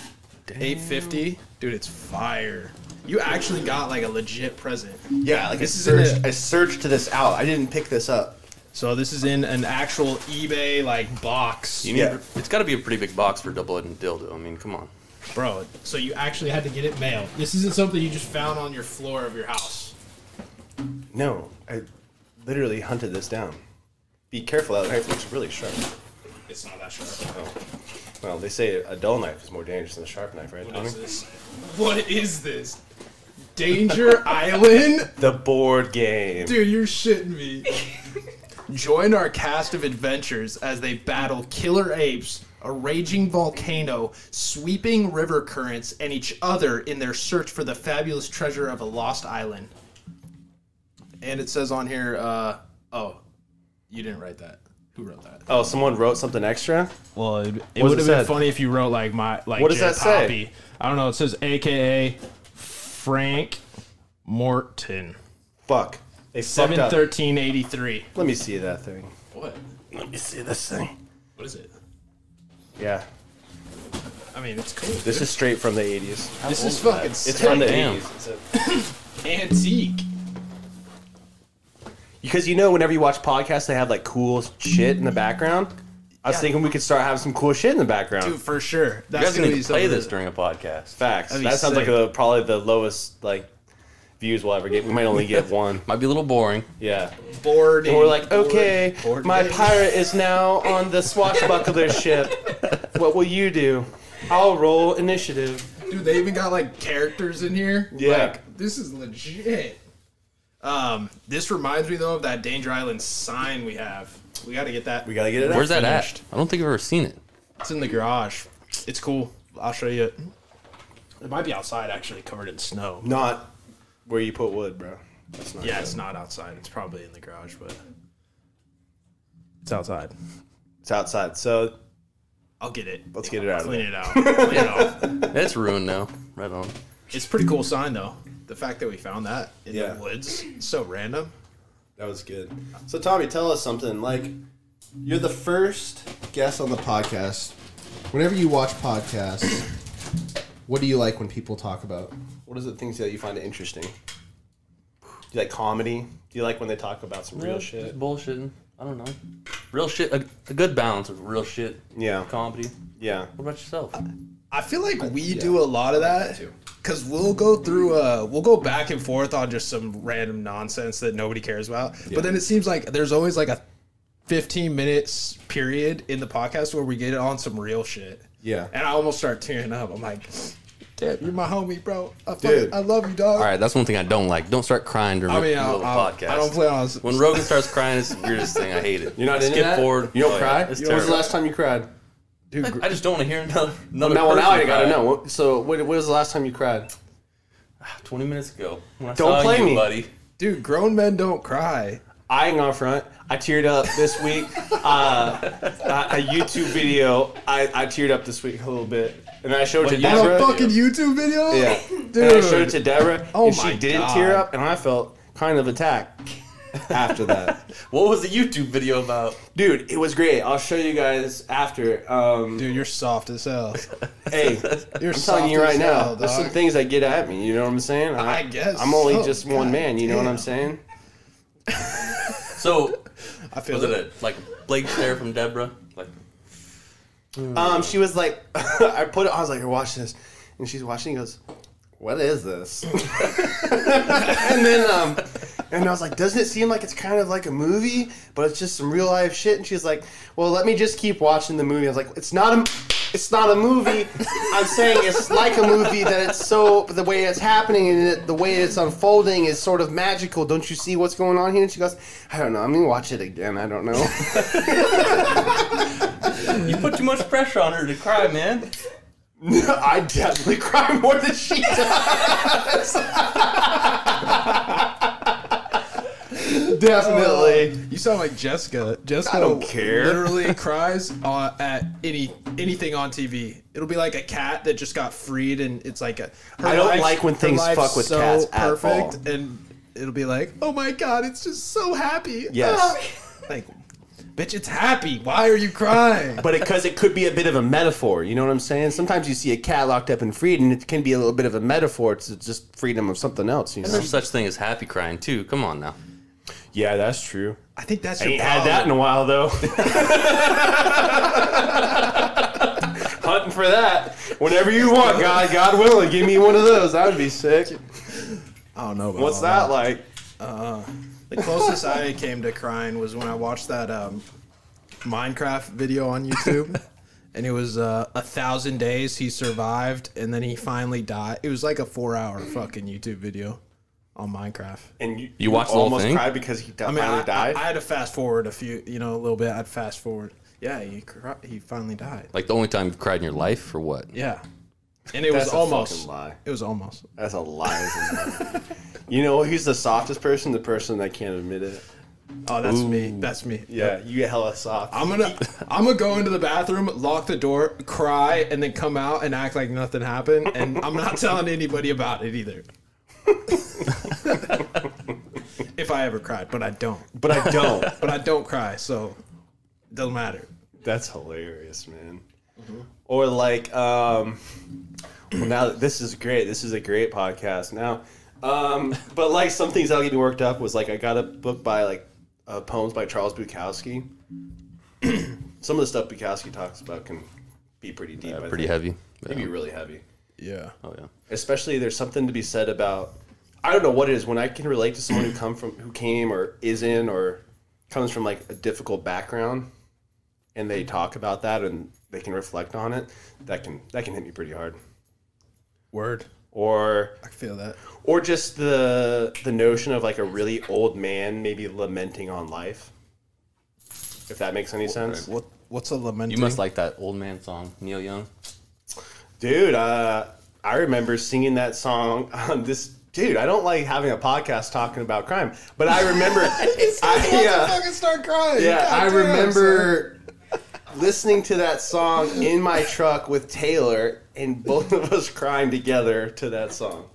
[SPEAKER 3] 850. Dude, it's fire. You actually got like a legit present.
[SPEAKER 1] Yeah, like
[SPEAKER 3] This
[SPEAKER 1] I
[SPEAKER 3] is in
[SPEAKER 1] searched,
[SPEAKER 3] a-
[SPEAKER 1] I searched this out. I didn't pick this up.
[SPEAKER 3] So this is in an actual eBay like box.
[SPEAKER 4] You need,
[SPEAKER 1] Yeah.
[SPEAKER 4] It's got to be a pretty big box for double-edged dildo. I mean, come on.
[SPEAKER 3] Bro, so you actually had to get it mailed. This isn't something you just found on your floor of your house.
[SPEAKER 1] No, I literally hunted this down. Be careful, that knife looks really sharp.
[SPEAKER 3] It's not that sharp.
[SPEAKER 1] Oh. Well, they say a dull knife is more dangerous than a sharp knife, right,
[SPEAKER 3] What
[SPEAKER 1] Tommy?
[SPEAKER 3] is this? What is this? Danger Island?
[SPEAKER 1] The board game.
[SPEAKER 3] Dude, you're shitting me. Join our cast of adventures as they battle killer apes, a raging volcano, sweeping river currents, and each other in their search for the fabulous treasure of a lost island. And it says on here, uh, oh, you didn't write that. Who wrote that?
[SPEAKER 1] Oh, someone wrote something extra?
[SPEAKER 3] Well,
[SPEAKER 1] What
[SPEAKER 3] it,
[SPEAKER 1] does would've it been say?
[SPEAKER 3] funny if you wrote like my like.
[SPEAKER 1] What does Jay that say? Poppy.
[SPEAKER 3] I don't know. It says AKA Frank Morton,
[SPEAKER 1] Fuck. They fucked up.
[SPEAKER 3] thirteen eighty three.
[SPEAKER 1] Let me see that thing.
[SPEAKER 3] What?
[SPEAKER 1] Let me see this thing.
[SPEAKER 3] What is it?
[SPEAKER 1] Yeah.
[SPEAKER 3] I mean, it's cool.
[SPEAKER 1] This is straight from the 80s.
[SPEAKER 3] This is fucking
[SPEAKER 1] It's
[SPEAKER 3] sick.
[SPEAKER 1] from the
[SPEAKER 4] Damn.
[SPEAKER 1] 80s. It's a-
[SPEAKER 3] antique.
[SPEAKER 1] Because you know, whenever you watch podcasts, they have like cool shit in the background. I was
[SPEAKER 3] Yeah.
[SPEAKER 1] thinking we could start having some cool shit in the background.
[SPEAKER 3] Dude, for sure.
[SPEAKER 4] You guys
[SPEAKER 3] That's
[SPEAKER 4] need to play
[SPEAKER 3] something
[SPEAKER 4] this
[SPEAKER 3] that-
[SPEAKER 4] during a podcast.
[SPEAKER 1] Facts.
[SPEAKER 3] That'd
[SPEAKER 1] That
[SPEAKER 3] be
[SPEAKER 1] sounds like
[SPEAKER 3] sick.
[SPEAKER 1] a, probably the lowest like views we'll ever get. We might only get one.
[SPEAKER 4] Might be a little boring.
[SPEAKER 1] Yeah.
[SPEAKER 3] bored.
[SPEAKER 1] And we're like, okay,
[SPEAKER 3] bored
[SPEAKER 1] my
[SPEAKER 3] games.
[SPEAKER 1] pirate is now on the swashbuckler ship. What will you do? I'll roll initiative.
[SPEAKER 3] Dude, they even got like characters in here.
[SPEAKER 1] Yeah.
[SPEAKER 3] Like, this is legit. Um, this reminds me though of that Danger Island sign we have. We got to get that.
[SPEAKER 1] We gotta get it.
[SPEAKER 4] Where's
[SPEAKER 1] out.
[SPEAKER 4] that at?
[SPEAKER 3] finished.
[SPEAKER 4] I don't think I've ever seen it.
[SPEAKER 3] It's in the garage. It's cool. I'll show you it. It might be outside actually, covered in snow.
[SPEAKER 1] Not where you put wood, bro. That's not
[SPEAKER 3] Yeah, it's not outside. It's probably in the garage, but it's outside.
[SPEAKER 1] It's outside. So
[SPEAKER 3] I'll get it.
[SPEAKER 1] let's get it out. Of
[SPEAKER 3] Clean
[SPEAKER 1] there.
[SPEAKER 3] it out. Clean it off.
[SPEAKER 4] That's ruined now. Right on.
[SPEAKER 3] It's a pretty cool sign though. The fact that we found that in
[SPEAKER 1] Yeah.
[SPEAKER 3] the woods, so random.
[SPEAKER 1] That was good. So Tommy, tell us something. Like you're the first guest on the podcast. Whenever you watch podcasts, what do you like when people talk about? What is the things that you find interesting? Do you like comedy? Do you like when they talk about some real shit?
[SPEAKER 4] Just bullshitting. I don't know. Real shit. A, a good balance of real shit.
[SPEAKER 1] Yeah.
[SPEAKER 4] Comedy.
[SPEAKER 1] Yeah.
[SPEAKER 4] What about yourself?
[SPEAKER 3] I feel like we do a lot of that because we'll go through, uh, we'll go back and forth on just some random nonsense that nobody cares about. But then it seems like there's always like a 15 minutes period in the podcast where we get on some real shit.
[SPEAKER 1] Yeah.
[SPEAKER 3] And I almost start tearing up. I'm like, damn, you're my homie, bro. I, fucking-
[SPEAKER 1] Dude.
[SPEAKER 3] I love you, dog.
[SPEAKER 4] All right, that's one thing I don't like. Don't start crying during
[SPEAKER 3] I
[SPEAKER 4] a
[SPEAKER 3] mean, I,
[SPEAKER 4] little
[SPEAKER 3] I,
[SPEAKER 4] podcast.
[SPEAKER 3] I don't play on.
[SPEAKER 4] When Rogan starts crying, it's the weirdest thing. I hate it.
[SPEAKER 1] You're not
[SPEAKER 4] Skip
[SPEAKER 1] into that?
[SPEAKER 4] forward.
[SPEAKER 1] You don't
[SPEAKER 4] Oh, yeah.
[SPEAKER 1] cry. When was
[SPEAKER 4] It's
[SPEAKER 1] the
[SPEAKER 4] terrible.
[SPEAKER 1] last time you cried?
[SPEAKER 4] I just don't want to hear another. another
[SPEAKER 1] Now, well, now
[SPEAKER 4] person
[SPEAKER 1] I gotta
[SPEAKER 4] cry.
[SPEAKER 1] know. What- So, when, when was the last time you cried?
[SPEAKER 4] Twenty minutes ago. When I
[SPEAKER 1] Don't
[SPEAKER 4] saw
[SPEAKER 1] play
[SPEAKER 4] you,
[SPEAKER 1] me.
[SPEAKER 4] buddy.
[SPEAKER 3] Dude, grown men don't cry.
[SPEAKER 1] I ain't on front. I teared up this week. uh, a, a YouTube video. I, I teared up this week a little bit, and I showed it to
[SPEAKER 4] you-
[SPEAKER 3] On
[SPEAKER 1] Deborah.
[SPEAKER 3] a fucking YouTube video?
[SPEAKER 1] yeah,
[SPEAKER 3] Dude.
[SPEAKER 1] and I showed it to Deborah,
[SPEAKER 3] Oh
[SPEAKER 1] and she
[SPEAKER 3] my
[SPEAKER 1] didn't
[SPEAKER 3] God.
[SPEAKER 1] tear up, and I felt kind of attacked after that.
[SPEAKER 4] What was the YouTube video about?
[SPEAKER 1] Dude, it was great. I'll show you guys after. Um,
[SPEAKER 3] Dude, you're soft as hell.
[SPEAKER 1] hey,
[SPEAKER 3] You're
[SPEAKER 1] I'm telling you right now,
[SPEAKER 3] hell,
[SPEAKER 1] there's some
[SPEAKER 3] dog.
[SPEAKER 1] things that get at me. You know what I'm saying?
[SPEAKER 3] I guess
[SPEAKER 1] I'm only
[SPEAKER 3] so.
[SPEAKER 1] just one
[SPEAKER 3] God
[SPEAKER 1] man. You know what I'm
[SPEAKER 3] damn.
[SPEAKER 1] saying?
[SPEAKER 4] So
[SPEAKER 3] I feel
[SPEAKER 4] was it a like Blake stare from Deborah? Like
[SPEAKER 1] Um, she was like, I put it. I was like, watch this, and she's watching. And goes, what is this? and then, um, and I was like, doesn't it seem like it's kind of like a movie, but it's just some real life shit? And she's like, well, let me just keep watching the movie. I was like, it's not a, it's not a movie. I'm saying it's like a movie that it's so the way it's happening and it, the way it's unfolding is sort of magical. Don't you see what's going on here? And she goes, I don't know. I'm gonna watch it again. I don't know.
[SPEAKER 4] you put too much pressure on her to cry, man.
[SPEAKER 1] I definitely cry more than she does. definitely.
[SPEAKER 3] You sound like Jessica. Jessica
[SPEAKER 1] don't care.
[SPEAKER 3] literally cries uh, at any anything on TV. It'll be like a cat that just got freed, and it's like a. her
[SPEAKER 1] I don't
[SPEAKER 3] life's-
[SPEAKER 1] like when
[SPEAKER 3] her
[SPEAKER 1] things
[SPEAKER 3] life's
[SPEAKER 1] fuck with cats at all.
[SPEAKER 3] and it'll be like, oh my god, it's just so happy.
[SPEAKER 1] Yes.
[SPEAKER 3] Ah. like, bitch, it's happy. Why are you crying?
[SPEAKER 1] But because it could be a bit of a metaphor, you know what I'm saying? Sometimes you see a cat locked up in freedom, and it can be a little bit of a metaphor. It's just freedom of something else, you know?
[SPEAKER 4] There's such thing as happy crying too. Come on now.
[SPEAKER 1] Yeah, that's true.
[SPEAKER 3] I think that's
[SPEAKER 1] I
[SPEAKER 3] your
[SPEAKER 1] ain't had that in a while, though. Hunting for that. Whenever you want, God, God willing, give me one of those. That would be sick.
[SPEAKER 3] I don't know. About
[SPEAKER 1] What's
[SPEAKER 3] all
[SPEAKER 1] that like?
[SPEAKER 3] Uh, The closest I came to crying was when I watched that um, Minecraft video on YouTube, and it was uh, a thousand days he survived, and then he finally died. It was like a four-hour fucking YouTube video on Minecraft.
[SPEAKER 1] And you,
[SPEAKER 4] You watched the whole
[SPEAKER 1] almost
[SPEAKER 4] thing?
[SPEAKER 1] cried because he di-
[SPEAKER 3] I mean,
[SPEAKER 1] finally
[SPEAKER 3] I,
[SPEAKER 1] died.
[SPEAKER 3] I, I had to fast forward a few, you know, a little bit. I'd fast forward. Yeah, he cri- he finally died.
[SPEAKER 4] Like the only time you've cried in your life or what?
[SPEAKER 3] Yeah, and it was
[SPEAKER 1] That's a
[SPEAKER 3] almost.
[SPEAKER 1] fucking lie.
[SPEAKER 3] It was almost.
[SPEAKER 1] That's a lie. isn't it? you know who's the softest person? The person that can't admit it.
[SPEAKER 3] Oh, that's me. That's me.
[SPEAKER 1] Yeah, you get hella soft.
[SPEAKER 3] I'm gonna I'm gonna go into the bathroom, lock the door, cry, and then come out and act like nothing happened. And I'm not telling anybody about it either. if I ever cried, but I don't.
[SPEAKER 1] but I don't.
[SPEAKER 3] But I don't cry, so it doesn't matter.
[SPEAKER 1] That's hilarious, man. Or like, um, well, now that this is great. This is a great podcast now. Um, but like some things that'll get me worked up was like I got a book by like uh, poems by Charles Bukowski. Some of the stuff Bukowski talks about can be pretty deep. I
[SPEAKER 4] Uh, Pretty
[SPEAKER 1] think.
[SPEAKER 4] heavy.
[SPEAKER 1] It'd be really heavy.
[SPEAKER 3] Yeah.
[SPEAKER 4] Oh yeah.
[SPEAKER 1] Especially there's something to be said about I don't know what it is when I can relate to someone who come from who came or is in or comes from like a difficult background and they talk about that and they can reflect on it, that can that can hit me pretty hard.
[SPEAKER 3] Word.
[SPEAKER 1] Or
[SPEAKER 3] I feel that.
[SPEAKER 1] or just the the notion of like a really old man maybe lamenting on life. If that makes any sense.
[SPEAKER 3] What What's a lamenting?
[SPEAKER 4] You must like that old man song, Neil Young.
[SPEAKER 1] Dude, uh, I remember singing that song on this. Dude, I don't like having a podcast talking about crime, but I remember. I, uh,
[SPEAKER 3] start crying.
[SPEAKER 1] yeah, I remember listening to that song in my truck with Taylor, and both of us crying together to that song.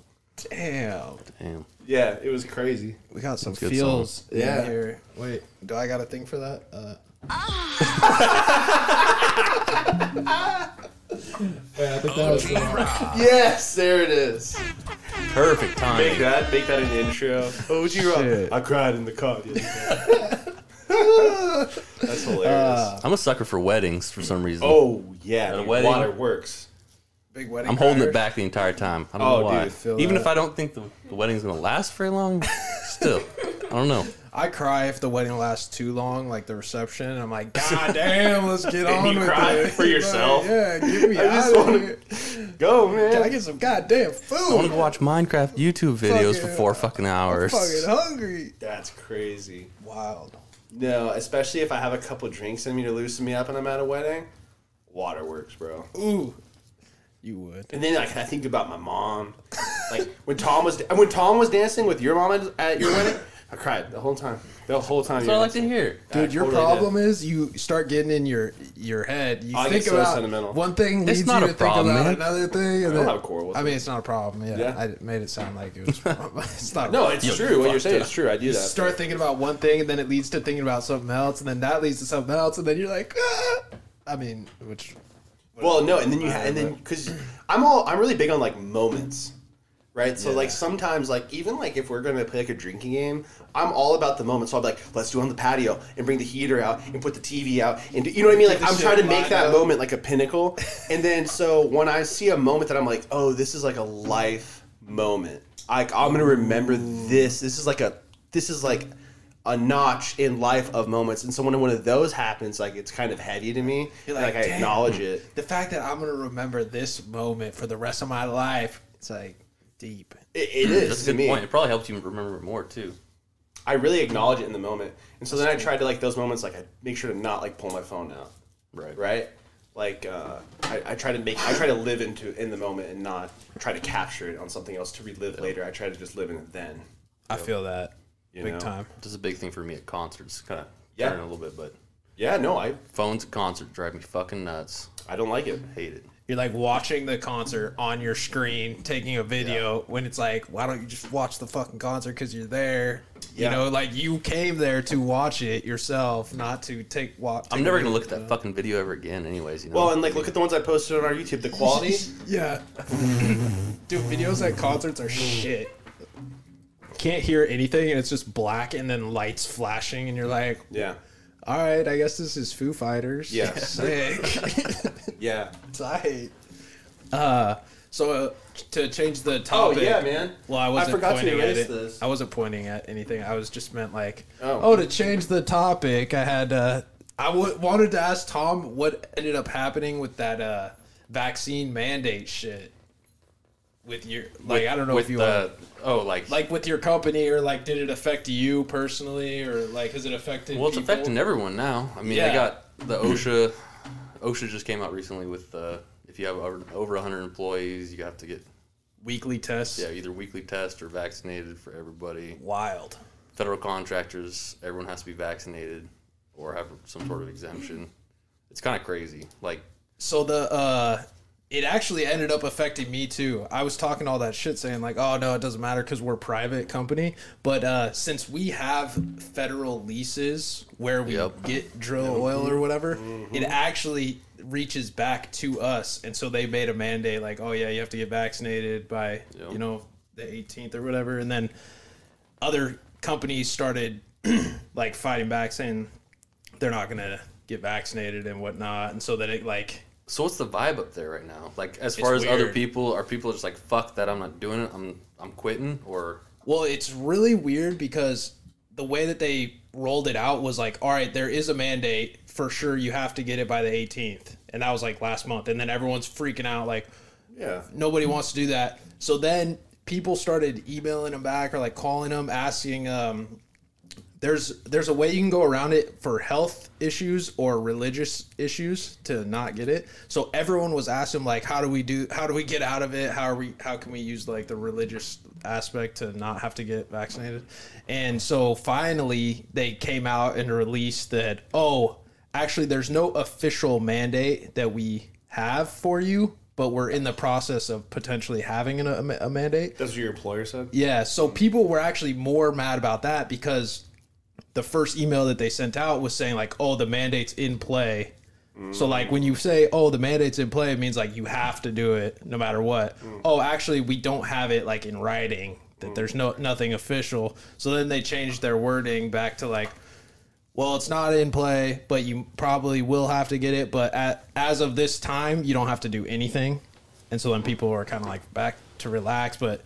[SPEAKER 3] Damn.
[SPEAKER 4] Damn.
[SPEAKER 1] Yeah, it was crazy.
[SPEAKER 3] We got some
[SPEAKER 4] good
[SPEAKER 3] feels in
[SPEAKER 1] Yeah.
[SPEAKER 3] here. Wait, do I got a thing for that? Uh, Wait, I think that was
[SPEAKER 5] OG Rob.
[SPEAKER 1] Yes, there it is.
[SPEAKER 4] Perfect
[SPEAKER 1] Make
[SPEAKER 4] timing.
[SPEAKER 1] that, make that an intro. OG
[SPEAKER 3] Shit.
[SPEAKER 1] Rob, I cried in the car. the other day. That's hilarious.
[SPEAKER 4] I'm a sucker for weddings for some reason.
[SPEAKER 1] oh yeah,
[SPEAKER 4] a
[SPEAKER 1] dude,
[SPEAKER 4] wedding.
[SPEAKER 1] water works.
[SPEAKER 3] big wedding.
[SPEAKER 4] I'm holding
[SPEAKER 3] crashers.
[SPEAKER 4] it back the entire time. I don't
[SPEAKER 1] Oh,
[SPEAKER 4] know why.
[SPEAKER 1] dude,
[SPEAKER 3] feel
[SPEAKER 4] Even
[SPEAKER 3] that.
[SPEAKER 4] if I don't think the, the wedding's gonna last very long, still, I don't know.
[SPEAKER 3] I cry if the wedding lasts too long, like the reception. I'm like,
[SPEAKER 1] Ah,
[SPEAKER 3] God damn, let's get on
[SPEAKER 1] you
[SPEAKER 3] with
[SPEAKER 1] cry
[SPEAKER 3] it.
[SPEAKER 1] for yourself?
[SPEAKER 3] yeah, get me
[SPEAKER 1] I just
[SPEAKER 3] out of
[SPEAKER 1] wanna-
[SPEAKER 3] here.
[SPEAKER 1] Go man.
[SPEAKER 3] Can I get some goddamn
[SPEAKER 4] I wanted
[SPEAKER 3] food?
[SPEAKER 4] to watch Minecraft YouTube videos for
[SPEAKER 3] Fucking-
[SPEAKER 4] four fucking hours.
[SPEAKER 3] fucking hungry.
[SPEAKER 1] That's crazy.
[SPEAKER 3] Wild.
[SPEAKER 1] No, especially if I have a couple drinks in me to loosen me up and I'm at a wedding. Water works, bro.
[SPEAKER 3] Ooh, you would.
[SPEAKER 1] And then like I think about my mom. Like when Tom was when Tom was dancing with your mom at your wedding, I cried the whole time. The whole time.
[SPEAKER 4] That's what I like to hear.
[SPEAKER 3] Dude, your
[SPEAKER 1] totally
[SPEAKER 3] problem is you start getting in your your head. You
[SPEAKER 1] I get
[SPEAKER 3] think
[SPEAKER 1] so
[SPEAKER 3] about
[SPEAKER 1] sentimental.
[SPEAKER 3] one thing leads
[SPEAKER 4] not
[SPEAKER 3] you
[SPEAKER 4] a
[SPEAKER 3] to
[SPEAKER 4] problem,
[SPEAKER 3] think about
[SPEAKER 4] man.
[SPEAKER 3] another thing. And
[SPEAKER 1] don't
[SPEAKER 3] then,
[SPEAKER 1] have a quarrel with
[SPEAKER 3] I
[SPEAKER 1] it.
[SPEAKER 3] mean, it's not a problem. Yeah,
[SPEAKER 1] Yeah.
[SPEAKER 3] I made it sound like it was. it's not.
[SPEAKER 1] No, it's
[SPEAKER 4] You're
[SPEAKER 1] true. What you're
[SPEAKER 4] fucked
[SPEAKER 1] saying
[SPEAKER 4] up.
[SPEAKER 1] is true. I do
[SPEAKER 3] You
[SPEAKER 1] that.
[SPEAKER 3] start thinking about one thing, and then it leads to thinking about something else, and then that leads to something else, and then you're like, ah! I mean, which
[SPEAKER 1] Well, no, and then you ha- and then because I'm all I'm really big on like moments, right? So like sometimes like even like if we're gonna play like a drinking game, I'm all about the moment. So I'm like, let's do it on the patio and bring the heater out and put the TV out and do, you know what I mean? Like
[SPEAKER 3] the
[SPEAKER 1] I'm
[SPEAKER 3] shit
[SPEAKER 1] trying to make
[SPEAKER 3] lined
[SPEAKER 1] that
[SPEAKER 3] up.
[SPEAKER 1] moment like a pinnacle. and then so when I see a moment that I'm like, oh, this is like a life moment. Like I'm gonna remember this. This is like a this is like a notch in life of moments. And so when one of those happens, like it's kind of heavy to me.
[SPEAKER 3] You're
[SPEAKER 1] like,
[SPEAKER 3] like,
[SPEAKER 1] I
[SPEAKER 3] "Damn."
[SPEAKER 1] acknowledge it.
[SPEAKER 3] the fact that I'm gonna remember this moment for the rest of my life, it's like deep.
[SPEAKER 1] It, it is
[SPEAKER 4] That's a
[SPEAKER 1] to
[SPEAKER 4] good
[SPEAKER 1] me.
[SPEAKER 4] point. It probably helps you remember it more too.
[SPEAKER 1] I really acknowledge it in the moment, and so then I tried to like those moments, like I make sure to not like pull my phone out,
[SPEAKER 4] Right.
[SPEAKER 1] right? Like uh, I, I try to make, I try to live into in the moment and not try to capture it on something else to relive later. I try to just live in it then.
[SPEAKER 3] I feel that
[SPEAKER 1] You
[SPEAKER 3] big
[SPEAKER 1] know?
[SPEAKER 3] time.
[SPEAKER 4] This is a big thing for me at concerts. Kind of
[SPEAKER 1] Yeah.
[SPEAKER 4] turn a little bit, but
[SPEAKER 1] Yeah, no, I
[SPEAKER 4] phones at concerts drive me fucking nuts.
[SPEAKER 1] I don't like it.
[SPEAKER 4] Hate it.
[SPEAKER 3] You're like watching the concert on your screen, taking a video when it's like, why don't you just watch the fucking concert because you're there?
[SPEAKER 1] Yeah.
[SPEAKER 3] You know, like you came there to watch it yourself, not to take watch.
[SPEAKER 4] I'm never gonna look at that fucking video ever again. Anyways, you know.
[SPEAKER 1] Well, and like look at the ones I posted on our YouTube. The quality,
[SPEAKER 3] Yeah. Dude, videos at concerts are shit. Can't hear anything, and it's just black, and then lights flashing, and you're like,
[SPEAKER 1] yeah,
[SPEAKER 3] "All right, I guess this is Foo Fighters."
[SPEAKER 1] Yeah.
[SPEAKER 3] sick.
[SPEAKER 1] yeah.
[SPEAKER 3] Tight. Uh, so uh, to change the
[SPEAKER 1] Oh
[SPEAKER 3] topic.
[SPEAKER 1] yeah, man.
[SPEAKER 3] Well, I wasn't
[SPEAKER 1] forgot to
[SPEAKER 3] pointing at
[SPEAKER 1] erase
[SPEAKER 3] it.
[SPEAKER 1] this.
[SPEAKER 3] I wasn't pointing at anything. I was just meant like,
[SPEAKER 1] Oh.
[SPEAKER 3] oh, to change the topic, I had uh, I w- wanted to ask Tom what ended up happening with that uh, vaccine mandate shit. With your like, I don't know
[SPEAKER 4] with
[SPEAKER 3] if you
[SPEAKER 4] the oh, like
[SPEAKER 3] like with your company or like, did it affect you personally or like, has it affected?
[SPEAKER 4] Well, it's
[SPEAKER 3] people?
[SPEAKER 4] affecting everyone now. I mean,
[SPEAKER 3] Yeah.
[SPEAKER 4] they got the OSHA. OSHA just came out recently with uh, if you have over, over 100 employees, you have to get
[SPEAKER 3] weekly tests.
[SPEAKER 4] yeah either weekly test or vaccinated for everybody.
[SPEAKER 3] Wild.
[SPEAKER 4] Federal contractors, everyone has to be vaccinated or have some sort of exemption. It's kind of crazy. Like
[SPEAKER 3] So the uh it actually ended up affecting me too. I was talking all that shit saying like, "Oh no, it doesn't matter cuz we're a private company." But uh since we have federal leases where we
[SPEAKER 4] Yep.
[SPEAKER 3] get drill oil or whatever, it actually reaches back to us. And so they made a mandate like, "Oh yeah, you have to get vaccinated by,
[SPEAKER 4] Yep.
[SPEAKER 3] you know, the 18th or whatever." And then other companies started like fighting back, saying they're not gonna get vaccinated and whatnot, and so then it like
[SPEAKER 4] So what's the vibe up there right now? Like as far as other
[SPEAKER 3] weird.
[SPEAKER 4] people, are people just like fuck that? I'm not doing it. I'm I'm quitting. Or
[SPEAKER 3] Well, it's really weird because the way that they rolled it out was like, all right, there is a mandate for sure. You have to get it by the 18th, and that was like last month. And then everyone's freaking out, like
[SPEAKER 1] Yeah.
[SPEAKER 3] nobody wants to do that. So then people started emailing them back or like calling them, asking. Um, there's there's a way you can go around it for health issues or religious issues to not get it. So everyone was asking like, how do we do? How do we get out of it? How are we? How can we use like the religious aspect to not have to get vaccinated? And so finally they came out and released that. Oh, actually, there's no official mandate that we have for you, but we're in the process of potentially having an, a, a mandate.
[SPEAKER 1] That's what your employer said?
[SPEAKER 3] Yeah, so people were actually more mad about that because the first email that they sent out was saying like, "Oh, the mandate's in play." So like when you say, "Oh, the mandate's in play," it means like you have to do it no matter what. Oh, actually, we don't have it like in writing that there's no nothing official. So then they changed their wording back to like, "Well, it's not in play, but you probably will have to get it, but at, as of this time, you don't have to do anything." And so then people are kind of like back to relax, but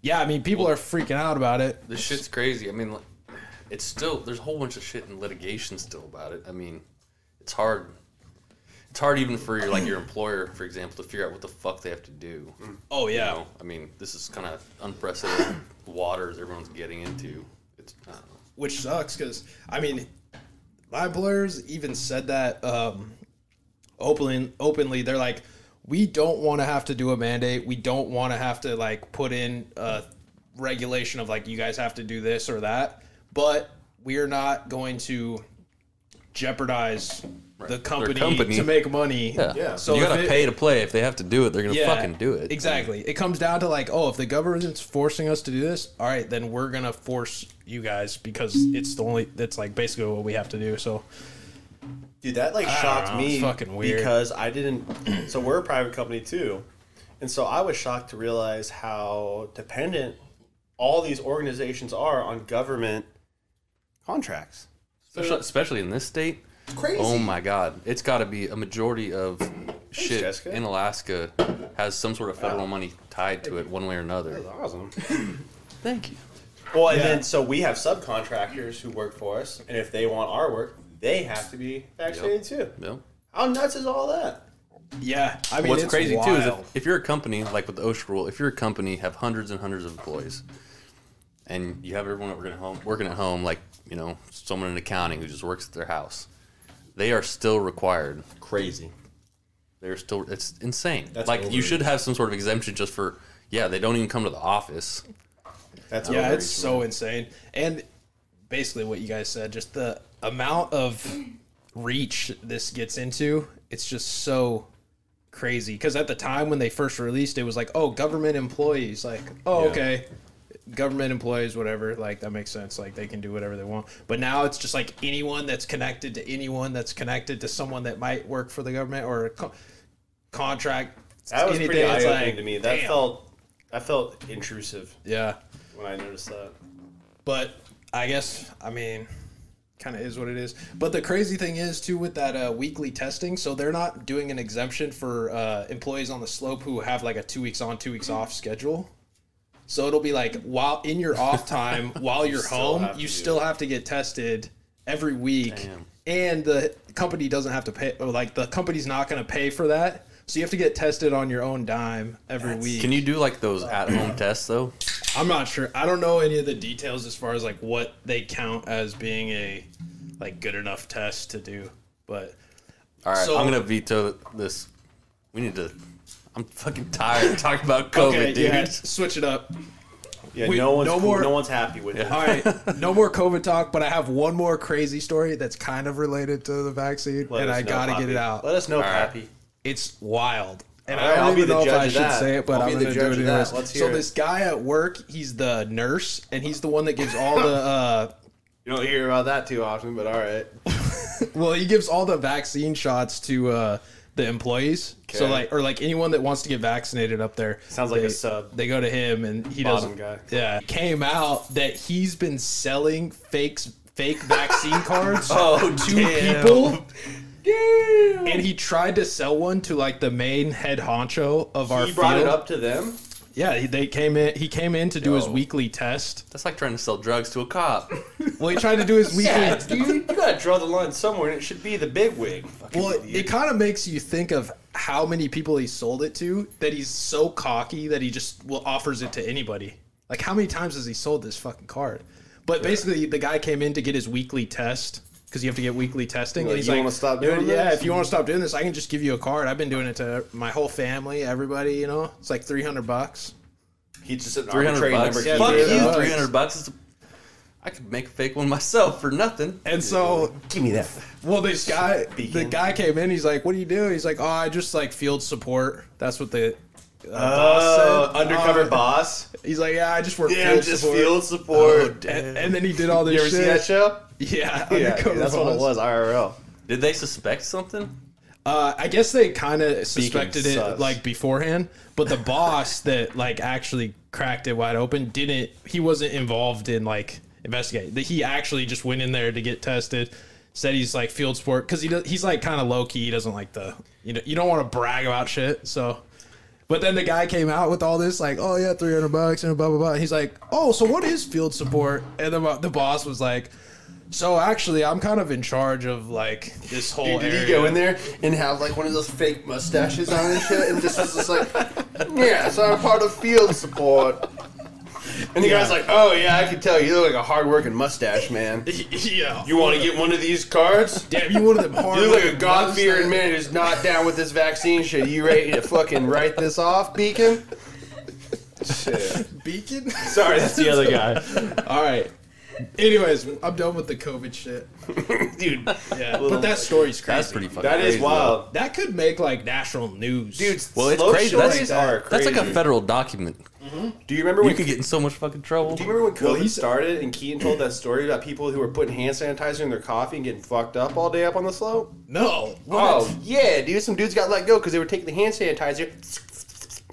[SPEAKER 3] yeah, I mean, people are freaking out about it.
[SPEAKER 4] this shit's crazy. I mean, like, it's still there's a whole bunch of shit in litigation still about it. I mean, it's hard. It's hard even for your like your employer, for example, to figure out what the fuck they have to do.
[SPEAKER 3] Oh
[SPEAKER 4] You
[SPEAKER 3] yeah,
[SPEAKER 4] know, I mean, this is kind of unprecedented waters everyone's getting into. It's I don't know.
[SPEAKER 3] which sucks because I mean, my employers even said that um, openly. Openly, they're like, we don't want to have to do a mandate. We don't want to have to like put in a regulation of like you guys have to do this or that. But we are not going to jeopardize the company,
[SPEAKER 4] company.
[SPEAKER 3] to make money.
[SPEAKER 1] Yeah.
[SPEAKER 3] So
[SPEAKER 4] you
[SPEAKER 3] if
[SPEAKER 4] gotta
[SPEAKER 3] it-
[SPEAKER 4] pay to play. If they have to do it, they're gonna fucking do it.
[SPEAKER 3] Exactly. It comes down to like, oh, if the government's forcing us to do this, all right, then we're gonna force you guys because it's the only that's like basically what we have to do. So
[SPEAKER 1] Dude, that like
[SPEAKER 3] don't
[SPEAKER 1] shocked
[SPEAKER 3] know,
[SPEAKER 1] me
[SPEAKER 3] it's fucking weird.
[SPEAKER 1] because I didn't. So we're a private company too, and so I was shocked to realize how dependent all these organizations are on government contracts.
[SPEAKER 4] Especially, especially in this state.
[SPEAKER 1] It's crazy.
[SPEAKER 4] Oh my God! It's got to be a majority of shit
[SPEAKER 1] Jessica.
[SPEAKER 4] in Alaska has some sort of federal money tied to it, one way or another.
[SPEAKER 1] Awesome.
[SPEAKER 4] Thank you.
[SPEAKER 1] Well, and then so we have subcontractors who work for us, and if they want our work, they have to be vaccinated too.
[SPEAKER 4] Yep.
[SPEAKER 1] How nuts is all that?
[SPEAKER 3] yeah, I mean,
[SPEAKER 4] What's
[SPEAKER 3] it's
[SPEAKER 4] crazy too is
[SPEAKER 3] wild.
[SPEAKER 4] if, if you're a company like with the OSHA rule, if you're a company have hundreds and hundreds of employees, and you have everyone working at home, working at home, like you know someone in accounting who just works at their house, they are still required
[SPEAKER 1] Crazy.
[SPEAKER 4] They're still it's insane.
[SPEAKER 1] That's
[SPEAKER 4] like you
[SPEAKER 1] overreach.
[SPEAKER 4] should have some sort of exemption just for yeah, they don't even come to the office.
[SPEAKER 1] That's
[SPEAKER 3] yeah,
[SPEAKER 1] overreach,
[SPEAKER 3] it's so insane. And basically, what you guys said, just the amount of reach this gets into, it's just so crazy. Because at the time when they first released, it was like, oh, government employees, like, oh, okay, government employees, whatever, like that makes sense. Like they can do whatever they want. But now it's just like anyone that's connected to anyone that's connected to someone that might work for the government or a co- contract.
[SPEAKER 1] That was pretty
[SPEAKER 3] anything, it's
[SPEAKER 1] eye opening
[SPEAKER 3] like,
[SPEAKER 1] to me. That
[SPEAKER 3] damn.
[SPEAKER 1] felt I felt intrusive
[SPEAKER 3] yeah.
[SPEAKER 1] when I noticed that.
[SPEAKER 3] but I guess I mean, kind of is what it is. But the crazy thing is too with that uh, weekly testing, so they're not doing an exemption for uh, employees on the slope who have like a two weeks on, two weeks off schedule. So it'll be like while in your off time, while you're home,
[SPEAKER 1] have
[SPEAKER 3] you
[SPEAKER 1] to do
[SPEAKER 3] still have to get tested every week, and the company doesn't have to pay. Or like the company's not going to pay for that, so you have to get tested on your own dime every week.
[SPEAKER 4] Can you do like
[SPEAKER 1] Uh,
[SPEAKER 4] those at home tests though?
[SPEAKER 3] I'm not sure. I don't know any of the details as far as like what they count as being a like good enough test to do. But
[SPEAKER 4] All right,
[SPEAKER 3] So-
[SPEAKER 4] I'm gonna veto this. We need to. I'm fucking tired of talking about COVID,
[SPEAKER 3] okay,
[SPEAKER 4] dude.
[SPEAKER 3] yeah, switch it up.
[SPEAKER 1] Yeah,
[SPEAKER 3] We-
[SPEAKER 1] no one's
[SPEAKER 3] no
[SPEAKER 1] cool-
[SPEAKER 3] more-
[SPEAKER 1] no one's happy with it.
[SPEAKER 3] All right, no more COVID talk. But I have one more crazy story that's kind of related to the vaccine,
[SPEAKER 1] Let
[SPEAKER 3] and
[SPEAKER 1] us
[SPEAKER 3] I
[SPEAKER 1] know,
[SPEAKER 3] gotta
[SPEAKER 1] Poppy.
[SPEAKER 3] get it out.
[SPEAKER 1] Let us know,
[SPEAKER 4] right.
[SPEAKER 1] Pappy.
[SPEAKER 3] It's wild. And
[SPEAKER 1] All right,
[SPEAKER 3] I don't
[SPEAKER 1] I'll be
[SPEAKER 3] even
[SPEAKER 1] the
[SPEAKER 3] know if
[SPEAKER 1] judge
[SPEAKER 3] I
[SPEAKER 1] of
[SPEAKER 3] should
[SPEAKER 1] that.
[SPEAKER 3] say it, but
[SPEAKER 1] I'll
[SPEAKER 3] i
[SPEAKER 1] be
[SPEAKER 3] am
[SPEAKER 1] the
[SPEAKER 3] going to do
[SPEAKER 1] judge
[SPEAKER 3] it
[SPEAKER 1] of that.
[SPEAKER 3] anyways.
[SPEAKER 1] Let's
[SPEAKER 3] so
[SPEAKER 1] hear it.
[SPEAKER 3] this guy at work, he's the nurse, and he's the one that gives all the uh,
[SPEAKER 1] You don't hear about that too often, but all right.
[SPEAKER 3] Well, he gives all the vaccine shots to uh, the employees. So
[SPEAKER 1] Okay.
[SPEAKER 3] like, or like anyone that wants to get vaccinated up there.
[SPEAKER 1] Sounds like a
[SPEAKER 3] they-
[SPEAKER 1] sub.
[SPEAKER 3] They go to him, and he
[SPEAKER 1] Bottom
[SPEAKER 3] doesn't.
[SPEAKER 1] guy.
[SPEAKER 3] Yeah, came out that he's been selling fakes fake vaccine cards
[SPEAKER 1] Oh,
[SPEAKER 3] to
[SPEAKER 1] damn.
[SPEAKER 3] people. And he tried to sell one to like the main head honcho of our
[SPEAKER 1] He brought
[SPEAKER 3] field.
[SPEAKER 1] it up to them.
[SPEAKER 3] Yeah, he- they came in. He came in to do his
[SPEAKER 1] Yo.
[SPEAKER 3] weekly test.
[SPEAKER 4] That's like trying to sell drugs to a cop.
[SPEAKER 3] Well, he tried to do his weekly.
[SPEAKER 1] Yeah, dude, you gotta draw the line somewhere, and it should be the big wig.
[SPEAKER 3] Well, it, kind of makes you think of how many people he sold it to. That he's so cocky that he just will offers it to anybody. Like how many times has he sold this fucking card? But basically, the guy came in to get his weekly test because you have to get weekly testing.
[SPEAKER 1] Like,
[SPEAKER 3] and he's
[SPEAKER 1] "You
[SPEAKER 3] like,
[SPEAKER 1] wanna stop
[SPEAKER 3] "Dude,
[SPEAKER 1] doing
[SPEAKER 3] yeah,
[SPEAKER 1] this?"
[SPEAKER 3] if you want to stop doing this, I can just give you a card. I've been doing it to my whole family, everybody. You know, it's like three hundred bucks.
[SPEAKER 1] He's just an
[SPEAKER 4] 300
[SPEAKER 1] arbitrary number.
[SPEAKER 4] bucks.
[SPEAKER 1] Yeah, uh,
[SPEAKER 4] Fuck
[SPEAKER 3] dude.
[SPEAKER 4] you,
[SPEAKER 3] Bucks.
[SPEAKER 4] 300 bucks. Is I could make a fake one myself for nothing.
[SPEAKER 3] And so
[SPEAKER 1] Give me that.
[SPEAKER 3] Well, this guy, the
[SPEAKER 1] Speaking.
[SPEAKER 3] guy came in. He's like, "What do you do?" He's like, "Oh, I just like field support." That's what the uh,
[SPEAKER 1] Oh,
[SPEAKER 3] boss said.
[SPEAKER 1] undercover
[SPEAKER 3] Uh,
[SPEAKER 1] boss.
[SPEAKER 3] He's like, "Yeah, I just work
[SPEAKER 1] Yeah,
[SPEAKER 3] field
[SPEAKER 1] just
[SPEAKER 3] support."
[SPEAKER 1] field support. Oh,
[SPEAKER 3] and, and then he did all this
[SPEAKER 1] you ever
[SPEAKER 3] shit.
[SPEAKER 1] see that show?
[SPEAKER 3] Yeah,
[SPEAKER 1] Yeah,
[SPEAKER 3] undercover
[SPEAKER 1] that's what it
[SPEAKER 3] boss.
[SPEAKER 1] was. IRL.
[SPEAKER 4] Did they suspect something?
[SPEAKER 3] Uh, I guess they kind of suspected it
[SPEAKER 1] sus.
[SPEAKER 3] like beforehand, but the boss that like actually cracked it wide open didn't. He wasn't involved in like investigating. He actually just went in there to get tested. Said he's like field sport because he does, he's like kind of low key. He doesn't like the you know you don't want to brag about shit. So, but then the guy came out with all this like oh yeah three hundred bucks and blah blah blah. He's like oh so what is field support? And the the boss was like. So actually, I'm kind of in charge of like this whole.
[SPEAKER 1] Dude, did
[SPEAKER 3] area.
[SPEAKER 1] he go in there and have like one of those fake mustaches on and shit, and just was just like, yeah, so I'm part of field support. And the guy's like, oh yeah, I can tell you look like a hard-working mustache man.
[SPEAKER 3] Yeah.
[SPEAKER 1] You want to get one of these cards?
[SPEAKER 3] Damn, you one of them hard.
[SPEAKER 1] You look like a God-fearing man who's not down with this vaccine shit. You ready to fucking write this off, Beacon? Shit.
[SPEAKER 3] Beacon.
[SPEAKER 1] Sorry, that's the other guy.
[SPEAKER 3] All right. Anyways, I'm done with the COVID shit.
[SPEAKER 1] Dude,
[SPEAKER 3] Yeah, but that story's crazy.
[SPEAKER 4] That's pretty fucking
[SPEAKER 1] that is
[SPEAKER 4] crazy, though.
[SPEAKER 1] wild.
[SPEAKER 3] That could make like national news,
[SPEAKER 1] Dude,
[SPEAKER 4] Well, it's
[SPEAKER 1] slow
[SPEAKER 4] crazy. That's-
[SPEAKER 1] stories are
[SPEAKER 4] That's like a
[SPEAKER 1] crazy.
[SPEAKER 4] federal document.
[SPEAKER 1] Do you remember
[SPEAKER 4] You
[SPEAKER 1] when
[SPEAKER 4] could get in so much fucking trouble.
[SPEAKER 1] Do you remember when COVID
[SPEAKER 3] Well, he's-
[SPEAKER 1] started and Keaton told that story about people who were putting hand sanitizer in their coffee and getting fucked up all day up on the slope?
[SPEAKER 3] No.
[SPEAKER 1] Oh, yeah, dude. Some dudes got let go because they were taking the hand sanitizer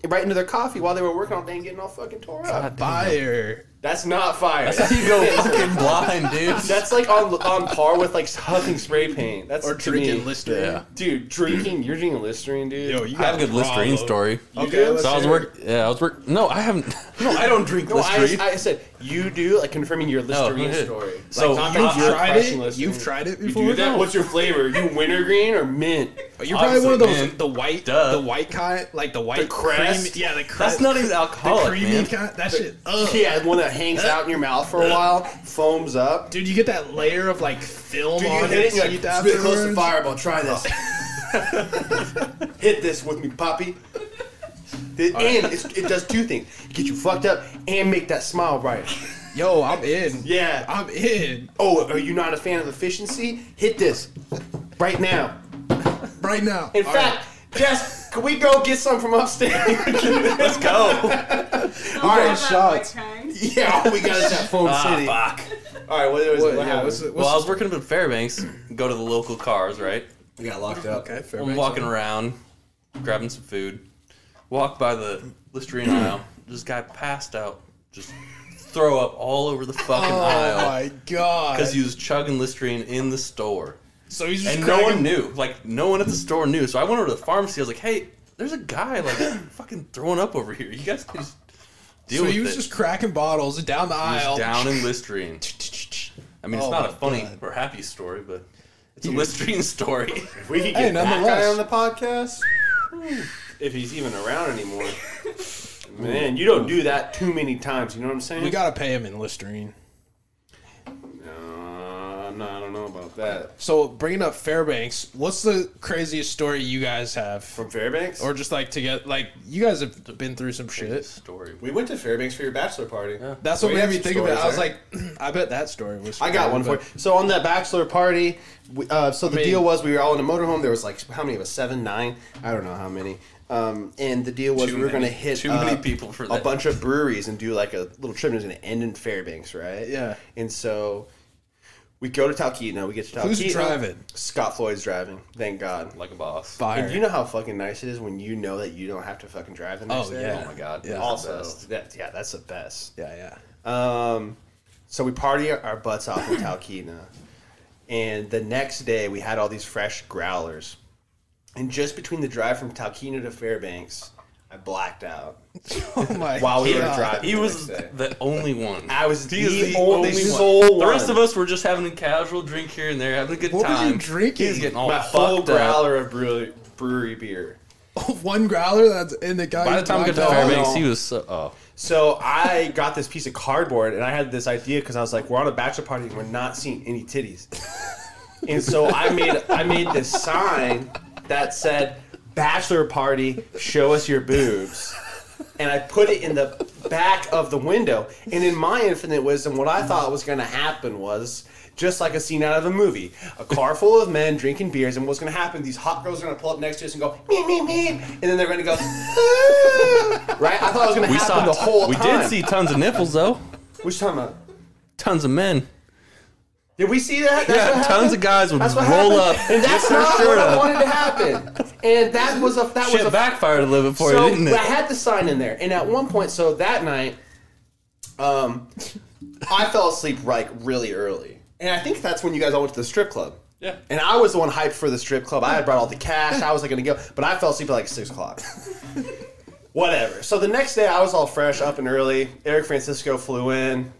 [SPEAKER 1] right into their coffee while they were working all day and getting all fucking tore up.
[SPEAKER 3] Fire.
[SPEAKER 1] That's not fire.
[SPEAKER 4] You go fucking blind, dude.
[SPEAKER 1] That's like on on par with like huffing spray paint. That's
[SPEAKER 3] Or
[SPEAKER 1] to
[SPEAKER 3] drinking
[SPEAKER 1] me-
[SPEAKER 3] Listerine.
[SPEAKER 4] Yeah.
[SPEAKER 1] Dude, drinking. You're drinking Listerine, dude.
[SPEAKER 3] Yo, you
[SPEAKER 4] I
[SPEAKER 3] got
[SPEAKER 4] have a good Listerine
[SPEAKER 3] problem.
[SPEAKER 4] story.
[SPEAKER 3] Okay,
[SPEAKER 1] do?
[SPEAKER 3] let's
[SPEAKER 4] So I was
[SPEAKER 3] hear it.
[SPEAKER 4] work. Yeah, I was work. No, I haven't. No, I don't drink
[SPEAKER 1] no, I,
[SPEAKER 4] Listerine.
[SPEAKER 1] I said you do like confirming
[SPEAKER 3] Oh,
[SPEAKER 1] your Listerine
[SPEAKER 4] okay.
[SPEAKER 1] story.
[SPEAKER 4] So
[SPEAKER 1] like,
[SPEAKER 4] you've
[SPEAKER 1] not your
[SPEAKER 3] tried
[SPEAKER 1] crushing
[SPEAKER 3] it?
[SPEAKER 1] Listerine.
[SPEAKER 3] You've tried it
[SPEAKER 1] You do
[SPEAKER 3] before?
[SPEAKER 1] that?
[SPEAKER 3] No.
[SPEAKER 1] What's your flavor? You wintergreen or mint?
[SPEAKER 3] You're probably one of those
[SPEAKER 4] Obviously, man.
[SPEAKER 3] the white,
[SPEAKER 4] Duh.
[SPEAKER 3] the white kind, like the white
[SPEAKER 1] crest?
[SPEAKER 3] cream. Yeah, the crest.
[SPEAKER 4] That's not even
[SPEAKER 3] the
[SPEAKER 4] alcoholic,
[SPEAKER 3] creamy
[SPEAKER 4] man.
[SPEAKER 3] kind. That shit. Ugh.
[SPEAKER 1] Yeah, the one that hangs out in your mouth for a while, foams up.
[SPEAKER 3] Dude, you get that layer of like film
[SPEAKER 1] Dude, you
[SPEAKER 3] on
[SPEAKER 1] hit it, and
[SPEAKER 3] it.
[SPEAKER 1] you're
[SPEAKER 3] so you
[SPEAKER 1] like,
[SPEAKER 3] eat
[SPEAKER 1] spit close to
[SPEAKER 3] afterwards.
[SPEAKER 1] fireball. Try this. Oh. hit this with me, Poppy. The- and it's, it does two things: get you fucked up and make that smile brighter.
[SPEAKER 3] Yo, I'm in.
[SPEAKER 1] Yeah.
[SPEAKER 3] I'm in
[SPEAKER 1] Oh, are you not a fan of efficiency? Hit this right now.
[SPEAKER 3] right now.
[SPEAKER 1] In
[SPEAKER 3] All
[SPEAKER 1] fact, Jess, can we go get some from upstairs? Let's go.
[SPEAKER 2] All
[SPEAKER 1] right,
[SPEAKER 2] right,
[SPEAKER 3] shots.
[SPEAKER 2] shots.
[SPEAKER 1] yeah, all we got is that foam city. All right, what, what,
[SPEAKER 3] right.
[SPEAKER 1] what,
[SPEAKER 3] What, yeah,
[SPEAKER 1] happened?
[SPEAKER 3] what's, the- what's
[SPEAKER 4] Well, I was working up in Fairbanks. Go to the local cars, right?
[SPEAKER 1] we got locked up.
[SPEAKER 3] okay, fair
[SPEAKER 4] I'm walking around, grabbing some food. Walk by the Listerine aisle. This guy passed out. Just throw up all over the fucking
[SPEAKER 3] Oh
[SPEAKER 4] aisle
[SPEAKER 3] my god!
[SPEAKER 4] because he was chugging Listerine in the store.
[SPEAKER 3] so he's just
[SPEAKER 4] and no one
[SPEAKER 3] cracking-
[SPEAKER 4] knew. Like no one at the store knew. So I went over to the pharmacy. I was like, "Hey, there's a guy like fucking throwing up over here. You guys can just deal
[SPEAKER 3] So
[SPEAKER 4] with
[SPEAKER 3] he was
[SPEAKER 4] it."
[SPEAKER 3] just cracking bottles and down the
[SPEAKER 4] He was
[SPEAKER 3] aisle.
[SPEAKER 4] down in Listerine. I mean, it's
[SPEAKER 3] Oh
[SPEAKER 4] not a
[SPEAKER 3] my
[SPEAKER 4] funny
[SPEAKER 3] God.
[SPEAKER 4] or happy story, but it's a Listerine story.
[SPEAKER 1] We could get
[SPEAKER 3] Hey,
[SPEAKER 1] that
[SPEAKER 3] nonetheless.
[SPEAKER 1] guy on the podcast if he's even around anymore. Man, you don't do that too many times. You know what I'm saying?
[SPEAKER 3] We gotta pay him in Listerine.
[SPEAKER 1] Uh, no, I don't know about that.
[SPEAKER 3] So bringing up Fairbanks, what's the craziest story you guys have,
[SPEAKER 1] From Fairbanks,
[SPEAKER 3] or just like to get like you guys have been through some shit?
[SPEAKER 4] story.
[SPEAKER 1] we went to Fairbanks for your bachelor party.
[SPEAKER 3] That's what
[SPEAKER 1] We
[SPEAKER 3] made
[SPEAKER 1] have
[SPEAKER 3] me
[SPEAKER 1] some
[SPEAKER 3] think of it. I was
[SPEAKER 1] stories
[SPEAKER 3] like, I bet that story was.
[SPEAKER 1] I got
[SPEAKER 3] true,
[SPEAKER 1] one for
[SPEAKER 3] but-
[SPEAKER 1] you. So on that bachelor party, we, uh, so the
[SPEAKER 3] mean-
[SPEAKER 1] deal was we were all in a motorhome. There was like how many of us? Seven, nine? I don't know how many. Um, and the deal was
[SPEAKER 4] Too
[SPEAKER 1] we were going to
[SPEAKER 4] many-
[SPEAKER 1] hit
[SPEAKER 4] too many
[SPEAKER 1] up
[SPEAKER 4] people for
[SPEAKER 1] a
[SPEAKER 4] that.
[SPEAKER 1] bunch of breweries and do like a little trip. And it was going to end in Fairbanks, right?
[SPEAKER 3] Yeah.
[SPEAKER 1] And so we go to Talkeetna. We get to Talkeetna.
[SPEAKER 3] Who's driving?
[SPEAKER 1] Scott Floyd's driving. Thank God.
[SPEAKER 4] Like a boss.
[SPEAKER 3] Fire.
[SPEAKER 1] And you know how fucking nice it is when you know that you don't have to fucking drive the next
[SPEAKER 3] Oh,
[SPEAKER 1] day.
[SPEAKER 3] yeah.
[SPEAKER 4] Oh my god.
[SPEAKER 3] Yeah.
[SPEAKER 4] Yeah.
[SPEAKER 1] Also, that, yeah, that's the best.
[SPEAKER 3] yeah, yeah.
[SPEAKER 1] Um, So we party our butts off in Talkeetna. And the next day, we had all these fresh growlers. And just between the drive from Talkeetna to Fairbanks, I blacked out
[SPEAKER 3] Oh my
[SPEAKER 1] while we were
[SPEAKER 3] God.
[SPEAKER 1] driving.
[SPEAKER 4] He
[SPEAKER 1] the
[SPEAKER 4] was
[SPEAKER 1] next day.
[SPEAKER 4] the only one.
[SPEAKER 1] I was
[SPEAKER 4] He is
[SPEAKER 1] the only sole
[SPEAKER 4] The
[SPEAKER 1] one.
[SPEAKER 4] rest of us were just having a casual drink here and there, having a good
[SPEAKER 3] What were you
[SPEAKER 4] time.
[SPEAKER 3] drinking?
[SPEAKER 4] He was getting all
[SPEAKER 1] my full
[SPEAKER 4] fucked up.
[SPEAKER 1] growler of brewery, brewery beer.
[SPEAKER 3] One growler that's in the guy.
[SPEAKER 4] By the time we got to
[SPEAKER 3] blacked out.
[SPEAKER 4] Fairbanks,
[SPEAKER 1] no.
[SPEAKER 4] he was so. Oh,
[SPEAKER 1] So I got this piece of cardboard, and I had this idea because I was like, "We're on a bachelor party, and we're not seeing any titties." and so I made I made this sign that said, "Bachelor party, show us your boobs." And I put it in the back of the window. And in my infinite wisdom, what I thought was going to happen was just like a scene out of a movie a car full of men drinking beers. And what's going to happen, these hot girls are going to pull up next to us and go, me, me, me. And then they're going to go, "Ah." right? I thought it was going to
[SPEAKER 4] we
[SPEAKER 1] happen
[SPEAKER 4] saw
[SPEAKER 1] the whole
[SPEAKER 4] We
[SPEAKER 1] time.
[SPEAKER 4] did see tons of nipples though.
[SPEAKER 1] Which time out?
[SPEAKER 4] Tons of men.
[SPEAKER 1] Did we see that? That's what
[SPEAKER 4] Yeah,
[SPEAKER 1] happened?
[SPEAKER 4] tons of guys would
[SPEAKER 1] That's what
[SPEAKER 4] roll
[SPEAKER 1] happened.
[SPEAKER 4] up,
[SPEAKER 1] and that's
[SPEAKER 4] lift their
[SPEAKER 1] not
[SPEAKER 4] shirt
[SPEAKER 1] what I
[SPEAKER 4] up.
[SPEAKER 1] wanted to happen. And that was a that was a
[SPEAKER 4] Shit backfired a little bit for
[SPEAKER 1] so
[SPEAKER 4] you, didn't it?
[SPEAKER 1] I had the sign in there, and at one point, so that night, um, I fell asleep like really early, and I think that's when you guys all went to the strip club.
[SPEAKER 4] Yeah.
[SPEAKER 1] And I was the one hyped for the strip club. I had brought all the cash. I was like going to go, but I fell asleep at like six o'clock. Whatever. So the next day, I was all fresh, up and early. Eric Francisco flew in.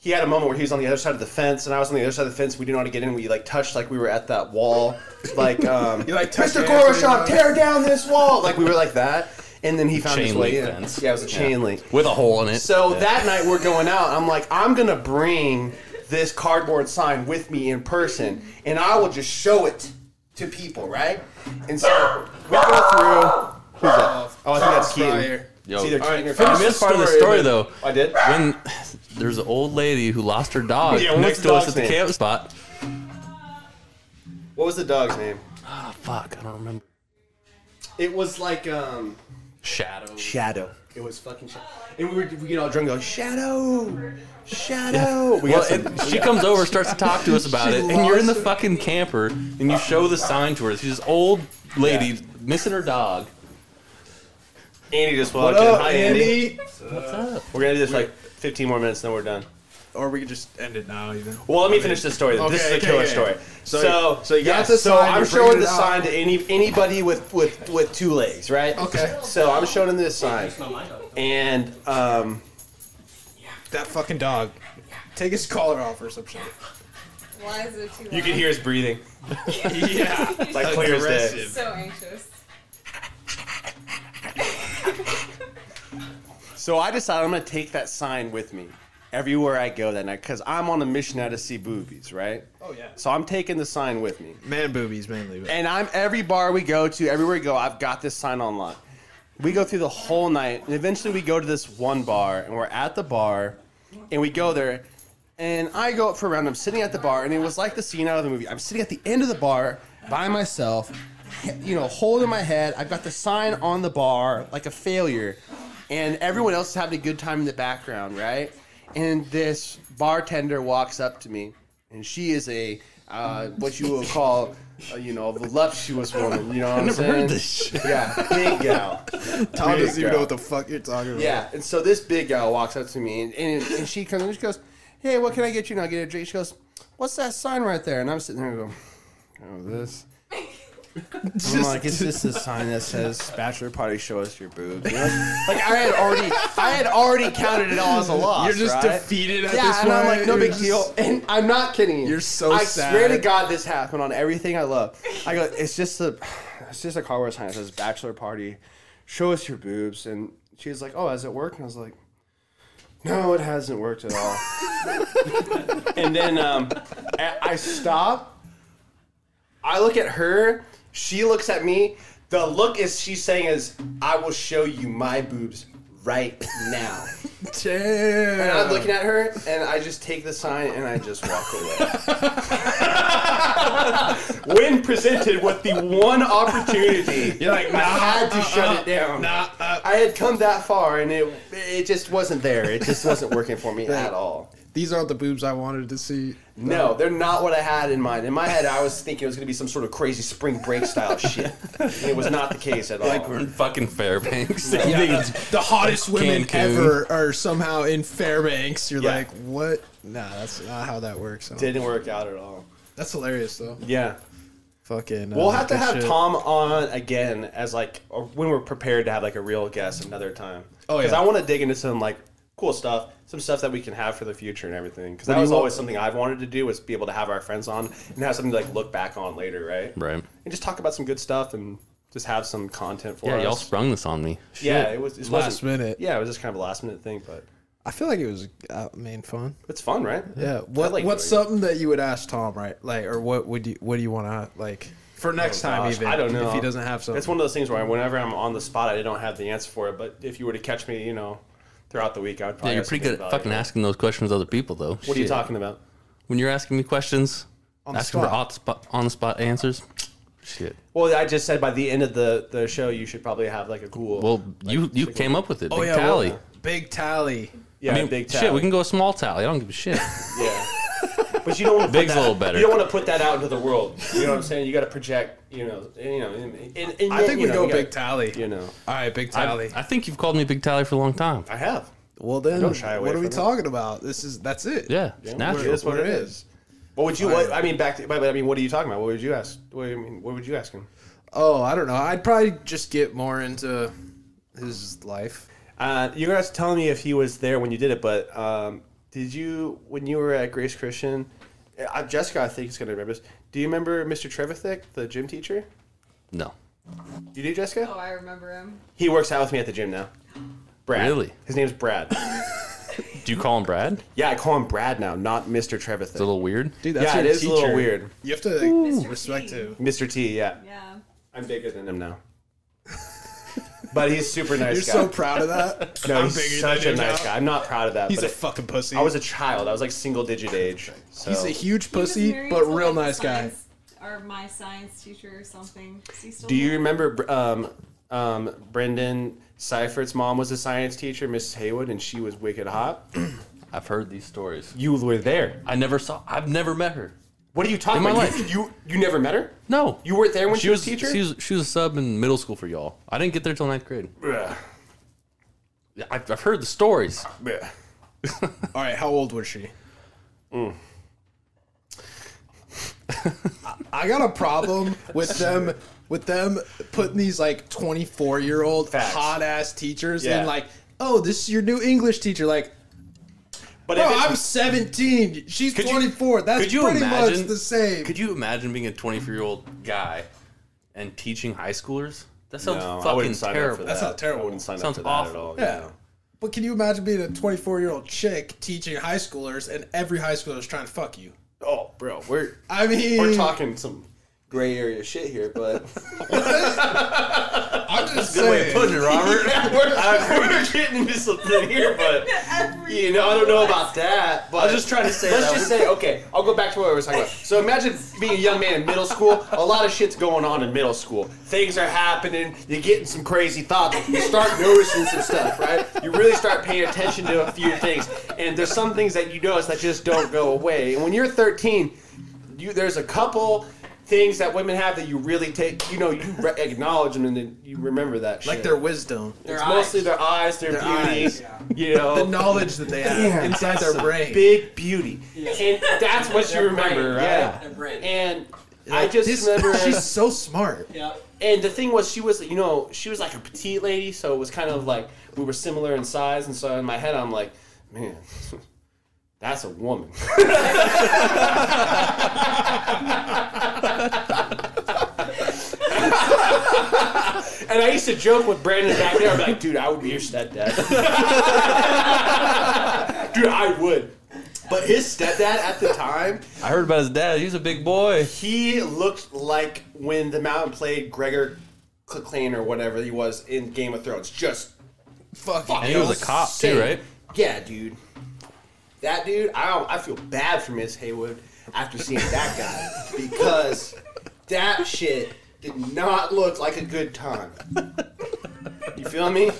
[SPEAKER 1] He had a moment where he was on the other side of the fence, and I was on the other side of the fence. We didn't know how to get in. We like touched, like we were at that wall, like um,
[SPEAKER 3] You, like, touched
[SPEAKER 1] Mr.
[SPEAKER 3] hands and
[SPEAKER 1] Goroshov,
[SPEAKER 3] you're like-
[SPEAKER 1] tear down this wall. Like we were like that, and then he found his
[SPEAKER 4] chain
[SPEAKER 1] way
[SPEAKER 4] link
[SPEAKER 1] in.
[SPEAKER 4] fence.
[SPEAKER 1] Yeah, it was a chain link.
[SPEAKER 4] with a hole in it.
[SPEAKER 1] So
[SPEAKER 4] Yeah.
[SPEAKER 1] that night we're going out. I'm like, I'm gonna bring this cardboard sign with me in person, and I will just show it to people, right? And so we go through. Who's that? Oh, I think that's Keaton.
[SPEAKER 3] Fryer.
[SPEAKER 4] Yo.
[SPEAKER 1] It's either
[SPEAKER 4] All
[SPEAKER 3] right,
[SPEAKER 1] Keaton or
[SPEAKER 3] finish
[SPEAKER 4] I missed part of the
[SPEAKER 3] Story,
[SPEAKER 4] story
[SPEAKER 3] but-
[SPEAKER 4] though.
[SPEAKER 1] I did.
[SPEAKER 4] When there's an old lady who lost her dog
[SPEAKER 1] Yeah, what's
[SPEAKER 4] next
[SPEAKER 1] the
[SPEAKER 4] to us
[SPEAKER 1] dog's
[SPEAKER 4] at the
[SPEAKER 1] name?
[SPEAKER 4] camp spot.
[SPEAKER 1] What was the dog's name?
[SPEAKER 4] Oh, fuck, I don't remember.
[SPEAKER 1] It was like um.
[SPEAKER 4] Shadow.
[SPEAKER 1] Shadow. It was fucking shadow. And we were we get all drunk, go shadow, shadow. We
[SPEAKER 4] Well,
[SPEAKER 1] got some-
[SPEAKER 4] and she comes over, starts to talk to us about it, and you're in the fucking camper, and you show the sign to her. She's this old lady
[SPEAKER 1] Yeah.
[SPEAKER 4] missing her dog.
[SPEAKER 1] Andy just walked in. Hi, Andy.
[SPEAKER 4] What's up?
[SPEAKER 1] We're gonna do this for like 15 more minutes, then we're done.
[SPEAKER 3] Or we could just end it now, even.
[SPEAKER 1] Well, let me finish this story. Then. this is
[SPEAKER 3] Okay,
[SPEAKER 1] a
[SPEAKER 3] okay,
[SPEAKER 1] killer
[SPEAKER 3] okay.
[SPEAKER 1] story.
[SPEAKER 3] So-
[SPEAKER 1] So, so,
[SPEAKER 3] so you got the
[SPEAKER 1] So
[SPEAKER 3] sign,
[SPEAKER 1] I'm
[SPEAKER 3] you're
[SPEAKER 1] showing
[SPEAKER 3] bringing it
[SPEAKER 1] this
[SPEAKER 3] out.
[SPEAKER 1] sign to any anybody with with with two legs, right?
[SPEAKER 3] Okay.
[SPEAKER 1] So I'm showing this sign, and um,
[SPEAKER 3] That fucking dog. Take his collar off or some shit.
[SPEAKER 2] Why is it too loud?
[SPEAKER 1] you can hear his breathing,
[SPEAKER 3] yeah.
[SPEAKER 1] like clear as day.
[SPEAKER 3] Aggressive.
[SPEAKER 2] So anxious.
[SPEAKER 1] So I decided I'm gonna take that sign with me everywhere I go that night because I'm on a mission now to see boobies, right?
[SPEAKER 3] Oh, yeah.
[SPEAKER 1] So I'm taking the sign with me.
[SPEAKER 3] Man boobies mainly. But.
[SPEAKER 1] And I'm every bar we go to, everywhere we go, I've got this sign on lock. We go through the whole night, and eventually we go to this one bar, and we're at the bar, and we go there, and I go up for a round. I'm sitting at the bar, and it was like the scene out of the movie. I'm sitting at the end of the bar by myself, you know, holding my head. I've got the sign on the bar like a failure, and everyone else is having a good time in the background, right? And this bartender walks up to me, and she is a uh, what you would call, uh, you know, a voluptuous woman. You know what I am
[SPEAKER 4] never
[SPEAKER 1] saying?
[SPEAKER 4] heard this shit.
[SPEAKER 1] Yeah, big gal.
[SPEAKER 3] Tom doesn't even
[SPEAKER 1] girl.
[SPEAKER 3] know what the fuck you're talking about.
[SPEAKER 1] Yeah, and so this big gal walks up to me, and, and, and she comes and she goes, "Hey, what can I get you?" And I get a drink. She goes, "What's that sign right there?" And I'm sitting there and go, "Oh, this." I'm like, it's just a sign that says "Bachelor Party, show us your boobs." You know? Like I had already, I had already counted it all as a loss.
[SPEAKER 3] You're just
[SPEAKER 1] right?
[SPEAKER 3] defeated at
[SPEAKER 1] yeah,
[SPEAKER 3] this
[SPEAKER 1] and I'm
[SPEAKER 3] point.
[SPEAKER 1] like, no
[SPEAKER 3] You're
[SPEAKER 1] big
[SPEAKER 3] just-
[SPEAKER 1] deal. And I'm not kidding you.
[SPEAKER 3] You're so
[SPEAKER 1] I swear
[SPEAKER 3] sad.
[SPEAKER 1] to God, this happened on everything I love. I go, it's just a, it's just a car wash sign that says "Bachelor Party, show us your boobs." And she was like, "Oh, has it worked?" And I was like, "No, it hasn't worked at all." and then um, I I stop. I look at her. She looks at me. The look is she's saying is, "I will show you my boobs right now."
[SPEAKER 3] Damn.
[SPEAKER 1] And I'm looking at her, and I just take the sign and I just walk away. when presented with the one opportunity,
[SPEAKER 3] You're like,
[SPEAKER 1] I
[SPEAKER 3] nah,
[SPEAKER 1] had to
[SPEAKER 3] uh,
[SPEAKER 1] shut
[SPEAKER 3] uh,
[SPEAKER 1] it down.
[SPEAKER 3] Nah, uh,
[SPEAKER 1] I had come that far, and it it just wasn't there. It just wasn't working for me at all.
[SPEAKER 3] these aren't the boobs I wanted to see.
[SPEAKER 1] No, they're not what I had in mind. In my head, I was thinking it was going to be some sort of crazy spring break style shit. And it was not the case at all.
[SPEAKER 4] Like we're in fucking Fairbanks.
[SPEAKER 3] Yeah, the, the hottest women
[SPEAKER 4] Cancun.
[SPEAKER 3] ever are somehow in Fairbanks. You're
[SPEAKER 1] Yeah.
[SPEAKER 3] like, what? Nah, that's not how that works. huh?
[SPEAKER 1] Didn't work out at all.
[SPEAKER 6] That's hilarious though.
[SPEAKER 1] Yeah.
[SPEAKER 3] Fucking.
[SPEAKER 1] We'll
[SPEAKER 3] uh,
[SPEAKER 1] have to
[SPEAKER 3] good
[SPEAKER 1] have
[SPEAKER 3] shit.
[SPEAKER 1] Tom on again as like or when we're prepared to have like a real guest another time.
[SPEAKER 6] Oh,
[SPEAKER 1] Because
[SPEAKER 6] yeah.
[SPEAKER 1] I want to dig into some like cool stuff, some stuff that we can have for the future and everything. Because that
[SPEAKER 6] do you
[SPEAKER 1] was
[SPEAKER 6] want-
[SPEAKER 1] always something I've wanted to do was be able to have our friends on and have something to like look back on later, right?
[SPEAKER 4] Right.
[SPEAKER 1] And just talk about some good stuff and just have some content for
[SPEAKER 4] Yeah,
[SPEAKER 1] us.
[SPEAKER 4] y'all sprung this on me. Shit.
[SPEAKER 1] yeah, it was it
[SPEAKER 3] Last
[SPEAKER 1] wasn't-
[SPEAKER 3] minute.
[SPEAKER 1] Yeah, it was just kind of a last minute thing, but
[SPEAKER 3] I feel like it was. I mean, fun.
[SPEAKER 1] it's fun, right?
[SPEAKER 3] Yeah. What
[SPEAKER 1] like
[SPEAKER 3] What's
[SPEAKER 1] doing it.
[SPEAKER 3] something that you would ask Tom, right? Like, or what would you What do you want to like Oh, for next time?
[SPEAKER 1] Oh, Gosh,
[SPEAKER 3] even
[SPEAKER 1] I don't know
[SPEAKER 3] if he doesn't have something.
[SPEAKER 1] It's one of those things where whenever I'm on the spot, I don't have the answer for it. But if you were to catch me, you know, throughout the week, I would probably.
[SPEAKER 4] Yeah, you're
[SPEAKER 1] have
[SPEAKER 4] pretty
[SPEAKER 1] something
[SPEAKER 4] good at
[SPEAKER 1] valuable.
[SPEAKER 4] fucking asking those questions to other people, though.
[SPEAKER 1] What are you talking about?
[SPEAKER 4] When you're asking me questions,
[SPEAKER 3] the
[SPEAKER 4] asking for
[SPEAKER 3] spot.
[SPEAKER 4] on spot, on the spot answers, shit.
[SPEAKER 1] Well, I just said by the end of the, the show, you should probably have like a cool.
[SPEAKER 4] Well, you you came up with it. Big
[SPEAKER 3] Oh, yeah, well,
[SPEAKER 4] tally.
[SPEAKER 3] Big tally.
[SPEAKER 1] yeah,
[SPEAKER 4] I mean,
[SPEAKER 1] big
[SPEAKER 4] Shit, we
[SPEAKER 1] tally.
[SPEAKER 4] can go a small tally. I don't give a shit.
[SPEAKER 1] Yeah. But you don't want to
[SPEAKER 4] Big's a little better.
[SPEAKER 1] You don't want to put that out into the world. You know what I'm saying? You got to project. You know. You know. And, and, and
[SPEAKER 6] I think
[SPEAKER 1] you
[SPEAKER 6] we
[SPEAKER 1] know,
[SPEAKER 6] go
[SPEAKER 1] you
[SPEAKER 6] big
[SPEAKER 1] gotta-
[SPEAKER 6] tally.
[SPEAKER 1] You know.
[SPEAKER 6] All right, big
[SPEAKER 4] I,
[SPEAKER 6] tally.
[SPEAKER 4] I think you've called me Big Tally for a long time.
[SPEAKER 1] I have.
[SPEAKER 3] Well then,
[SPEAKER 1] Don't shy away
[SPEAKER 3] what are
[SPEAKER 1] from
[SPEAKER 3] we
[SPEAKER 1] it.
[SPEAKER 3] talking about? This is that's it.
[SPEAKER 4] Yeah, it's natural.
[SPEAKER 1] That's what it is. What would you? What, I mean, back. To, but I mean, what are you talking about? What would you ask? What, do you mean, what would you ask him?
[SPEAKER 3] Oh, I don't know. I'd probably just get more into his life.
[SPEAKER 1] Uh, you guys telling me if he was there when you did it, but um, did you when you were at Grace Christian? Uh, Jessica, I think is going to remember this. Do you remember Mr. Trevithick, the gym teacher?
[SPEAKER 4] No.
[SPEAKER 1] You do, Jessica?
[SPEAKER 2] Oh, I remember him.
[SPEAKER 1] He works out with me at the gym now. Brad.
[SPEAKER 4] Really?
[SPEAKER 1] His name's Brad.
[SPEAKER 4] Do you call him Brad? It's
[SPEAKER 1] yeah, I call him Brad now, not Mr.
[SPEAKER 4] a
[SPEAKER 1] Trevithick.
[SPEAKER 4] little weird.
[SPEAKER 3] Dude, that's
[SPEAKER 1] Yeah, it
[SPEAKER 3] your
[SPEAKER 1] is a little
[SPEAKER 3] teacher.
[SPEAKER 1] weird.
[SPEAKER 3] You have to.
[SPEAKER 2] Mr.
[SPEAKER 6] Respect
[SPEAKER 2] T.
[SPEAKER 6] to.
[SPEAKER 1] Mr. T, yeah.
[SPEAKER 2] Yeah.
[SPEAKER 1] I'm bigger than him now. But he's super nice
[SPEAKER 3] You're
[SPEAKER 1] guy.
[SPEAKER 3] so proud of that.
[SPEAKER 1] no,
[SPEAKER 6] I'm
[SPEAKER 1] he's
[SPEAKER 6] bigger
[SPEAKER 1] such
[SPEAKER 6] than
[SPEAKER 1] a
[SPEAKER 6] him
[SPEAKER 1] nice
[SPEAKER 6] now.
[SPEAKER 1] guy. I'm not proud of that.
[SPEAKER 6] He's
[SPEAKER 1] but
[SPEAKER 6] a
[SPEAKER 1] it-
[SPEAKER 6] fucking pussy.
[SPEAKER 1] I was oh. a child. I was like single digit age. So.
[SPEAKER 3] He's a huge
[SPEAKER 2] He was
[SPEAKER 3] pussy,
[SPEAKER 2] married
[SPEAKER 3] but
[SPEAKER 2] to,
[SPEAKER 3] real
[SPEAKER 2] like, the
[SPEAKER 3] nice guy.
[SPEAKER 2] science- Or my science teacher or something. Is he still
[SPEAKER 1] Do you
[SPEAKER 2] there?
[SPEAKER 1] remember um, um, Brendan Seifert's mom was a science teacher, Mrs. Haywood, and she was wicked hot?
[SPEAKER 4] I've heard these stories.
[SPEAKER 1] You were there.
[SPEAKER 4] I never saw. I've never met her.
[SPEAKER 1] What are you talking
[SPEAKER 4] In my
[SPEAKER 1] about? You-
[SPEAKER 4] life.
[SPEAKER 1] You, you never met her?
[SPEAKER 4] No,
[SPEAKER 1] You weren't there when she was a teacher?
[SPEAKER 4] She was she was a sub in middle school for y'all. I didn't get there till ninth grade.
[SPEAKER 1] Ugh.
[SPEAKER 4] I've, I've heard the stories.
[SPEAKER 1] Ugh.
[SPEAKER 6] All right, how old was she?
[SPEAKER 3] Mm. I got a problem with them with them putting these like 24 year old
[SPEAKER 1] Facts.
[SPEAKER 3] hot ass teachers
[SPEAKER 1] Yeah.
[SPEAKER 3] and like, oh, this is your new English teacher. Like,
[SPEAKER 1] But
[SPEAKER 3] bro,
[SPEAKER 1] if it's-
[SPEAKER 3] I'm 17. She's
[SPEAKER 4] Could you-
[SPEAKER 3] 24. That's
[SPEAKER 4] could you
[SPEAKER 3] pretty
[SPEAKER 4] imagine-
[SPEAKER 3] much the same.
[SPEAKER 4] Could you imagine being a 24 year old guy and teaching high schoolers? That sounds
[SPEAKER 1] no, I
[SPEAKER 4] fucking
[SPEAKER 1] wouldn't sign up
[SPEAKER 4] terrible.
[SPEAKER 1] for that.
[SPEAKER 4] That's-
[SPEAKER 3] not terrible.
[SPEAKER 1] I wouldn't sign
[SPEAKER 4] Sounds
[SPEAKER 1] up for
[SPEAKER 4] awful.
[SPEAKER 1] that at all.
[SPEAKER 3] Yeah.
[SPEAKER 1] no.
[SPEAKER 3] But can you imagine being a 24 year old chick teaching high schoolers and every high schooler is trying to fuck you?
[SPEAKER 1] Oh, bro, we're
[SPEAKER 3] I mean,
[SPEAKER 1] we're talking some gray area shit here, but
[SPEAKER 3] I'm just
[SPEAKER 4] Good way
[SPEAKER 3] saying.
[SPEAKER 4] of putting it, Robert.
[SPEAKER 1] Yeah, we're, I- we're getting into something here, but
[SPEAKER 2] Every
[SPEAKER 1] you know, I don't know about that. But I was
[SPEAKER 4] just trying to say
[SPEAKER 1] Let's
[SPEAKER 4] that
[SPEAKER 1] just say, okay, I'll go back to what I was talking about. So imagine being a young man in middle school. A lot of shit's going on in middle school. Things are happening. You're getting some crazy thoughts. You start noticing some stuff, right? You really start paying attention to a few things, and there's some things that you notice that just don't go away. And when you're 13, you there's a couple. Things that women have that you really take, you know, you re- acknowledge them and then you remember that.
[SPEAKER 3] like
[SPEAKER 1] shit
[SPEAKER 3] their wisdom,
[SPEAKER 1] it's mostly their eyes, their, beauty,
[SPEAKER 3] eyes.
[SPEAKER 1] you know,
[SPEAKER 3] the knowledge that they have
[SPEAKER 1] Yeah.
[SPEAKER 3] inside their brain.
[SPEAKER 1] big beauty, and that's what you
[SPEAKER 7] Their brain,
[SPEAKER 1] remember, right?
[SPEAKER 7] yeah, their brain.
[SPEAKER 1] And I
[SPEAKER 3] Like,
[SPEAKER 1] just
[SPEAKER 3] this-
[SPEAKER 1] remember,
[SPEAKER 3] she's so smart.
[SPEAKER 7] Yeah.
[SPEAKER 1] and the thing was, she was, you know, she was like a petite lady, so it was kind of like we were similar in size, and so in my head, I'm like, man, that's a woman. And I used to joke with Brandon back there. I'd be like, dude, I would be your stepdad. dude, I would. But his stepdad at the time,
[SPEAKER 4] I heard about his dad. He's a big boy.
[SPEAKER 1] he looked like when the mountain played Gregor Clegane or whatever he was in Game of Thrones. Just
[SPEAKER 3] Fucking
[SPEAKER 4] And he was a cop too,
[SPEAKER 1] insane.
[SPEAKER 4] right?
[SPEAKER 1] Yeah, dude. That dude, I don't, I feel bad for Miss Haywood after seeing that guy because that shit did not look like a good time. You feel me?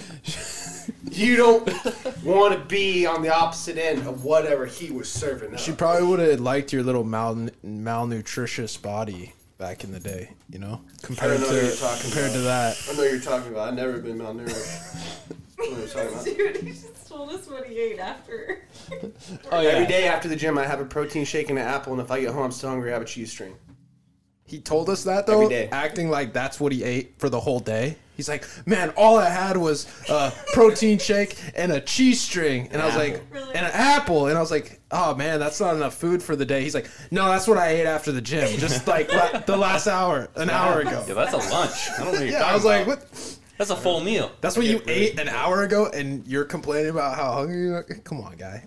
[SPEAKER 1] You don't want to be on the opposite end of whatever he was serving up.
[SPEAKER 3] She probably would have liked your little mal- malnutritious body back in the day, you know, compared
[SPEAKER 1] know what
[SPEAKER 3] to
[SPEAKER 1] you're talking
[SPEAKER 3] compared
[SPEAKER 1] about.
[SPEAKER 3] to that.
[SPEAKER 1] I know you're talking about. I've never been malnourished. What are we talking about?
[SPEAKER 2] Dude, he just told us what he ate after.
[SPEAKER 3] Oh yeah.
[SPEAKER 1] Every day after the gym, I have a protein shake and an apple, and if I get home, I'm still hungry. I have a cheese string.
[SPEAKER 3] He told us that though,
[SPEAKER 1] Every day.
[SPEAKER 3] acting like that's what he ate for the whole day. He's like, "Man, all I had was a protein shake and a cheese string." And I was like,
[SPEAKER 2] Really?
[SPEAKER 3] "And an apple." And I was like, "Oh man, that's not enough food for the day." He's like, "No, that's what I ate after the gym, just like la- the last hour, an hour ago."
[SPEAKER 4] Yeah, that's a lunch. I don't know. What you're
[SPEAKER 3] Yeah, I was like, "What?
[SPEAKER 4] That's a full meal.
[SPEAKER 3] That's what you ate an hour ago, and you're complaining about how hungry you are? Come on, guy.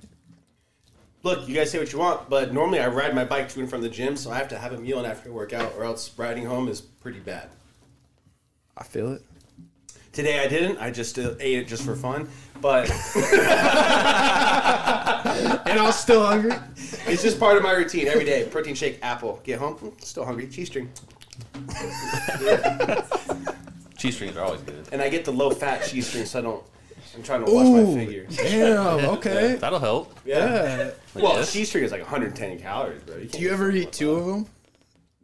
[SPEAKER 1] Look, you guys say what you want, but normally I ride my bike to and from the gym, so I have to have a meal and after workout, or else riding home is pretty bad.
[SPEAKER 3] I feel it."
[SPEAKER 1] Today I didn't. I just uh, ate it just for fun, but
[SPEAKER 3] And I was still hungry.
[SPEAKER 1] it's just part of my routine every day. Protein shake, apple. Get home, mm, still hungry, cheese string,
[SPEAKER 4] Cheese strings are always good.
[SPEAKER 1] and I get the low fat cheese string, so I don't. I'm trying to watch my figure.
[SPEAKER 3] damn. Okay.
[SPEAKER 4] That'll help.
[SPEAKER 1] Yeah.
[SPEAKER 3] Yeah.
[SPEAKER 1] Well,
[SPEAKER 4] Yes.
[SPEAKER 1] cheese string is like 110 calories, bro.
[SPEAKER 3] Do you ever eat two of them?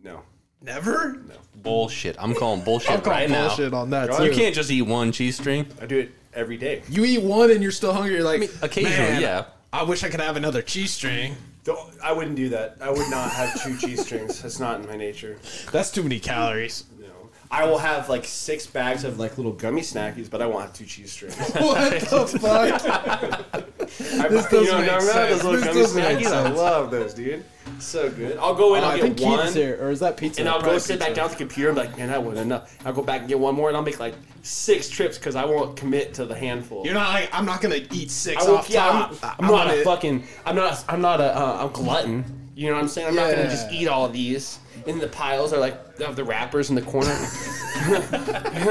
[SPEAKER 1] No.
[SPEAKER 3] Never.
[SPEAKER 4] Bullshit. I'm calling bullshit
[SPEAKER 3] I'm calling
[SPEAKER 4] right now.
[SPEAKER 3] bullshit on that.
[SPEAKER 1] Right.
[SPEAKER 4] You
[SPEAKER 3] too.
[SPEAKER 4] can't just eat one cheese string.
[SPEAKER 1] I do it every day.
[SPEAKER 3] You eat one and you're still hungry. You're like,
[SPEAKER 4] occasionally,
[SPEAKER 3] "Man,
[SPEAKER 4] yeah."
[SPEAKER 3] I wish I could have another cheese string.
[SPEAKER 1] Don't- I wouldn't do that. I would not have two cheese strings. That's not in my nature.
[SPEAKER 3] That's too many calories.
[SPEAKER 1] No. I will have like six bags of like little gummy snackies, but I won't have two cheese strings.
[SPEAKER 3] what the fuck?
[SPEAKER 1] I,
[SPEAKER 3] This
[SPEAKER 1] you
[SPEAKER 3] doesn't
[SPEAKER 1] know,
[SPEAKER 3] make
[SPEAKER 1] remember
[SPEAKER 3] sense.
[SPEAKER 1] Those little
[SPEAKER 3] This
[SPEAKER 1] gummy
[SPEAKER 3] doesn't make
[SPEAKER 1] snackies. I
[SPEAKER 3] sense. Oh,
[SPEAKER 1] love those, dude. So good. I'll go in. I'll
[SPEAKER 3] I
[SPEAKER 1] get
[SPEAKER 3] think
[SPEAKER 1] one.
[SPEAKER 3] Keith's here, or is that pizza?
[SPEAKER 1] And I'll go
[SPEAKER 3] Probably
[SPEAKER 1] sit back
[SPEAKER 3] pizza.
[SPEAKER 1] down to the computer and be like, man, that wasn't enough. I'll go back and get one more, and I'll make like six trips because I won't commit to the handful.
[SPEAKER 3] You're not like I'm not gonna eat six
[SPEAKER 1] I will,
[SPEAKER 3] off
[SPEAKER 1] yeah, I'm,
[SPEAKER 3] top.
[SPEAKER 1] I'm not
[SPEAKER 3] gonna-
[SPEAKER 1] a fucking. I'm not. I'm not a. Uh, I'm glutton. You know what I'm saying? I'm not gonna just
[SPEAKER 3] Yeah.
[SPEAKER 1] eat all of these. And the piles are like of the wrappers in the corner. and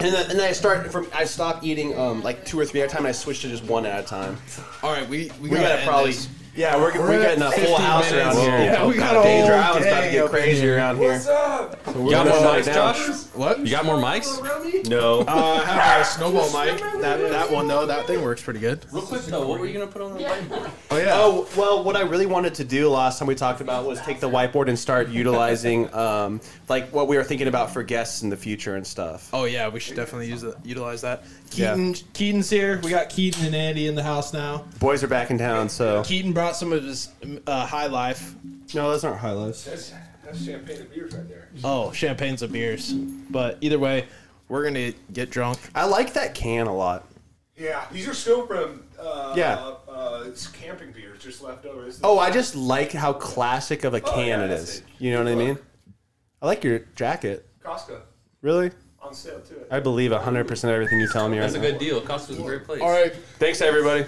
[SPEAKER 1] then and then I start from. I stop eating um like two or three at a time. And I switch to just one at a time.
[SPEAKER 3] All right, we we,
[SPEAKER 1] We gotta
[SPEAKER 3] end
[SPEAKER 1] probably.
[SPEAKER 3] this.
[SPEAKER 1] Yeah, we're,
[SPEAKER 3] We're
[SPEAKER 1] we're
[SPEAKER 3] at
[SPEAKER 1] getting a full
[SPEAKER 3] 15
[SPEAKER 1] house around
[SPEAKER 3] minutes.
[SPEAKER 1] here.
[SPEAKER 3] Yeah, we got a
[SPEAKER 1] Danger
[SPEAKER 3] whole
[SPEAKER 1] Island's about to
[SPEAKER 3] gang
[SPEAKER 1] get
[SPEAKER 3] up in
[SPEAKER 1] crazy
[SPEAKER 3] here.
[SPEAKER 1] around here.
[SPEAKER 8] What's up?
[SPEAKER 1] We're
[SPEAKER 4] You got
[SPEAKER 1] gonna
[SPEAKER 4] more
[SPEAKER 1] shut it
[SPEAKER 4] mics,
[SPEAKER 1] down.
[SPEAKER 4] Josh?
[SPEAKER 3] What?
[SPEAKER 4] You got more mics?
[SPEAKER 1] No.
[SPEAKER 3] Uh, how about a snowball mic? That that one though, that thing works pretty good.
[SPEAKER 4] Real quick, though, what were you going to put on the yeah.
[SPEAKER 3] Oh yeah.
[SPEAKER 1] Oh well, what I really wanted to do last time we talked about was take the whiteboard and start utilizing um, like what we were thinking about for guests in the future and stuff.
[SPEAKER 3] Oh yeah, we should definitely use the, utilize that.
[SPEAKER 1] Yeah.
[SPEAKER 3] Keaton, Keaton's here. We got Keaton and Andy in the house now.
[SPEAKER 1] Boys are back in town, so
[SPEAKER 3] Keaton brought some of his um, uh, high life.
[SPEAKER 1] no, those aren't highlights.
[SPEAKER 8] That's, that's champagne and beers right there.
[SPEAKER 3] Oh, champagnes and beers. But either way, we're gonna get drunk.
[SPEAKER 1] I like that can a lot.
[SPEAKER 8] Yeah, these are still from uh,
[SPEAKER 1] Yeah.
[SPEAKER 8] uh, it's camping beers, just left over. This is-
[SPEAKER 1] Oh, I just like how classic of a
[SPEAKER 8] Oh,
[SPEAKER 1] can
[SPEAKER 8] yeah,
[SPEAKER 1] it
[SPEAKER 8] that's
[SPEAKER 1] is.
[SPEAKER 8] it.
[SPEAKER 1] You know what I
[SPEAKER 8] Look.
[SPEAKER 1] mean? I like your jacket.
[SPEAKER 8] Costco
[SPEAKER 1] Really?
[SPEAKER 8] on sale too.
[SPEAKER 1] I believe 100% of everything you tell me right
[SPEAKER 4] That's a
[SPEAKER 1] now.
[SPEAKER 4] good deal. Costco's a great place.
[SPEAKER 3] All right,
[SPEAKER 1] Thanks, everybody.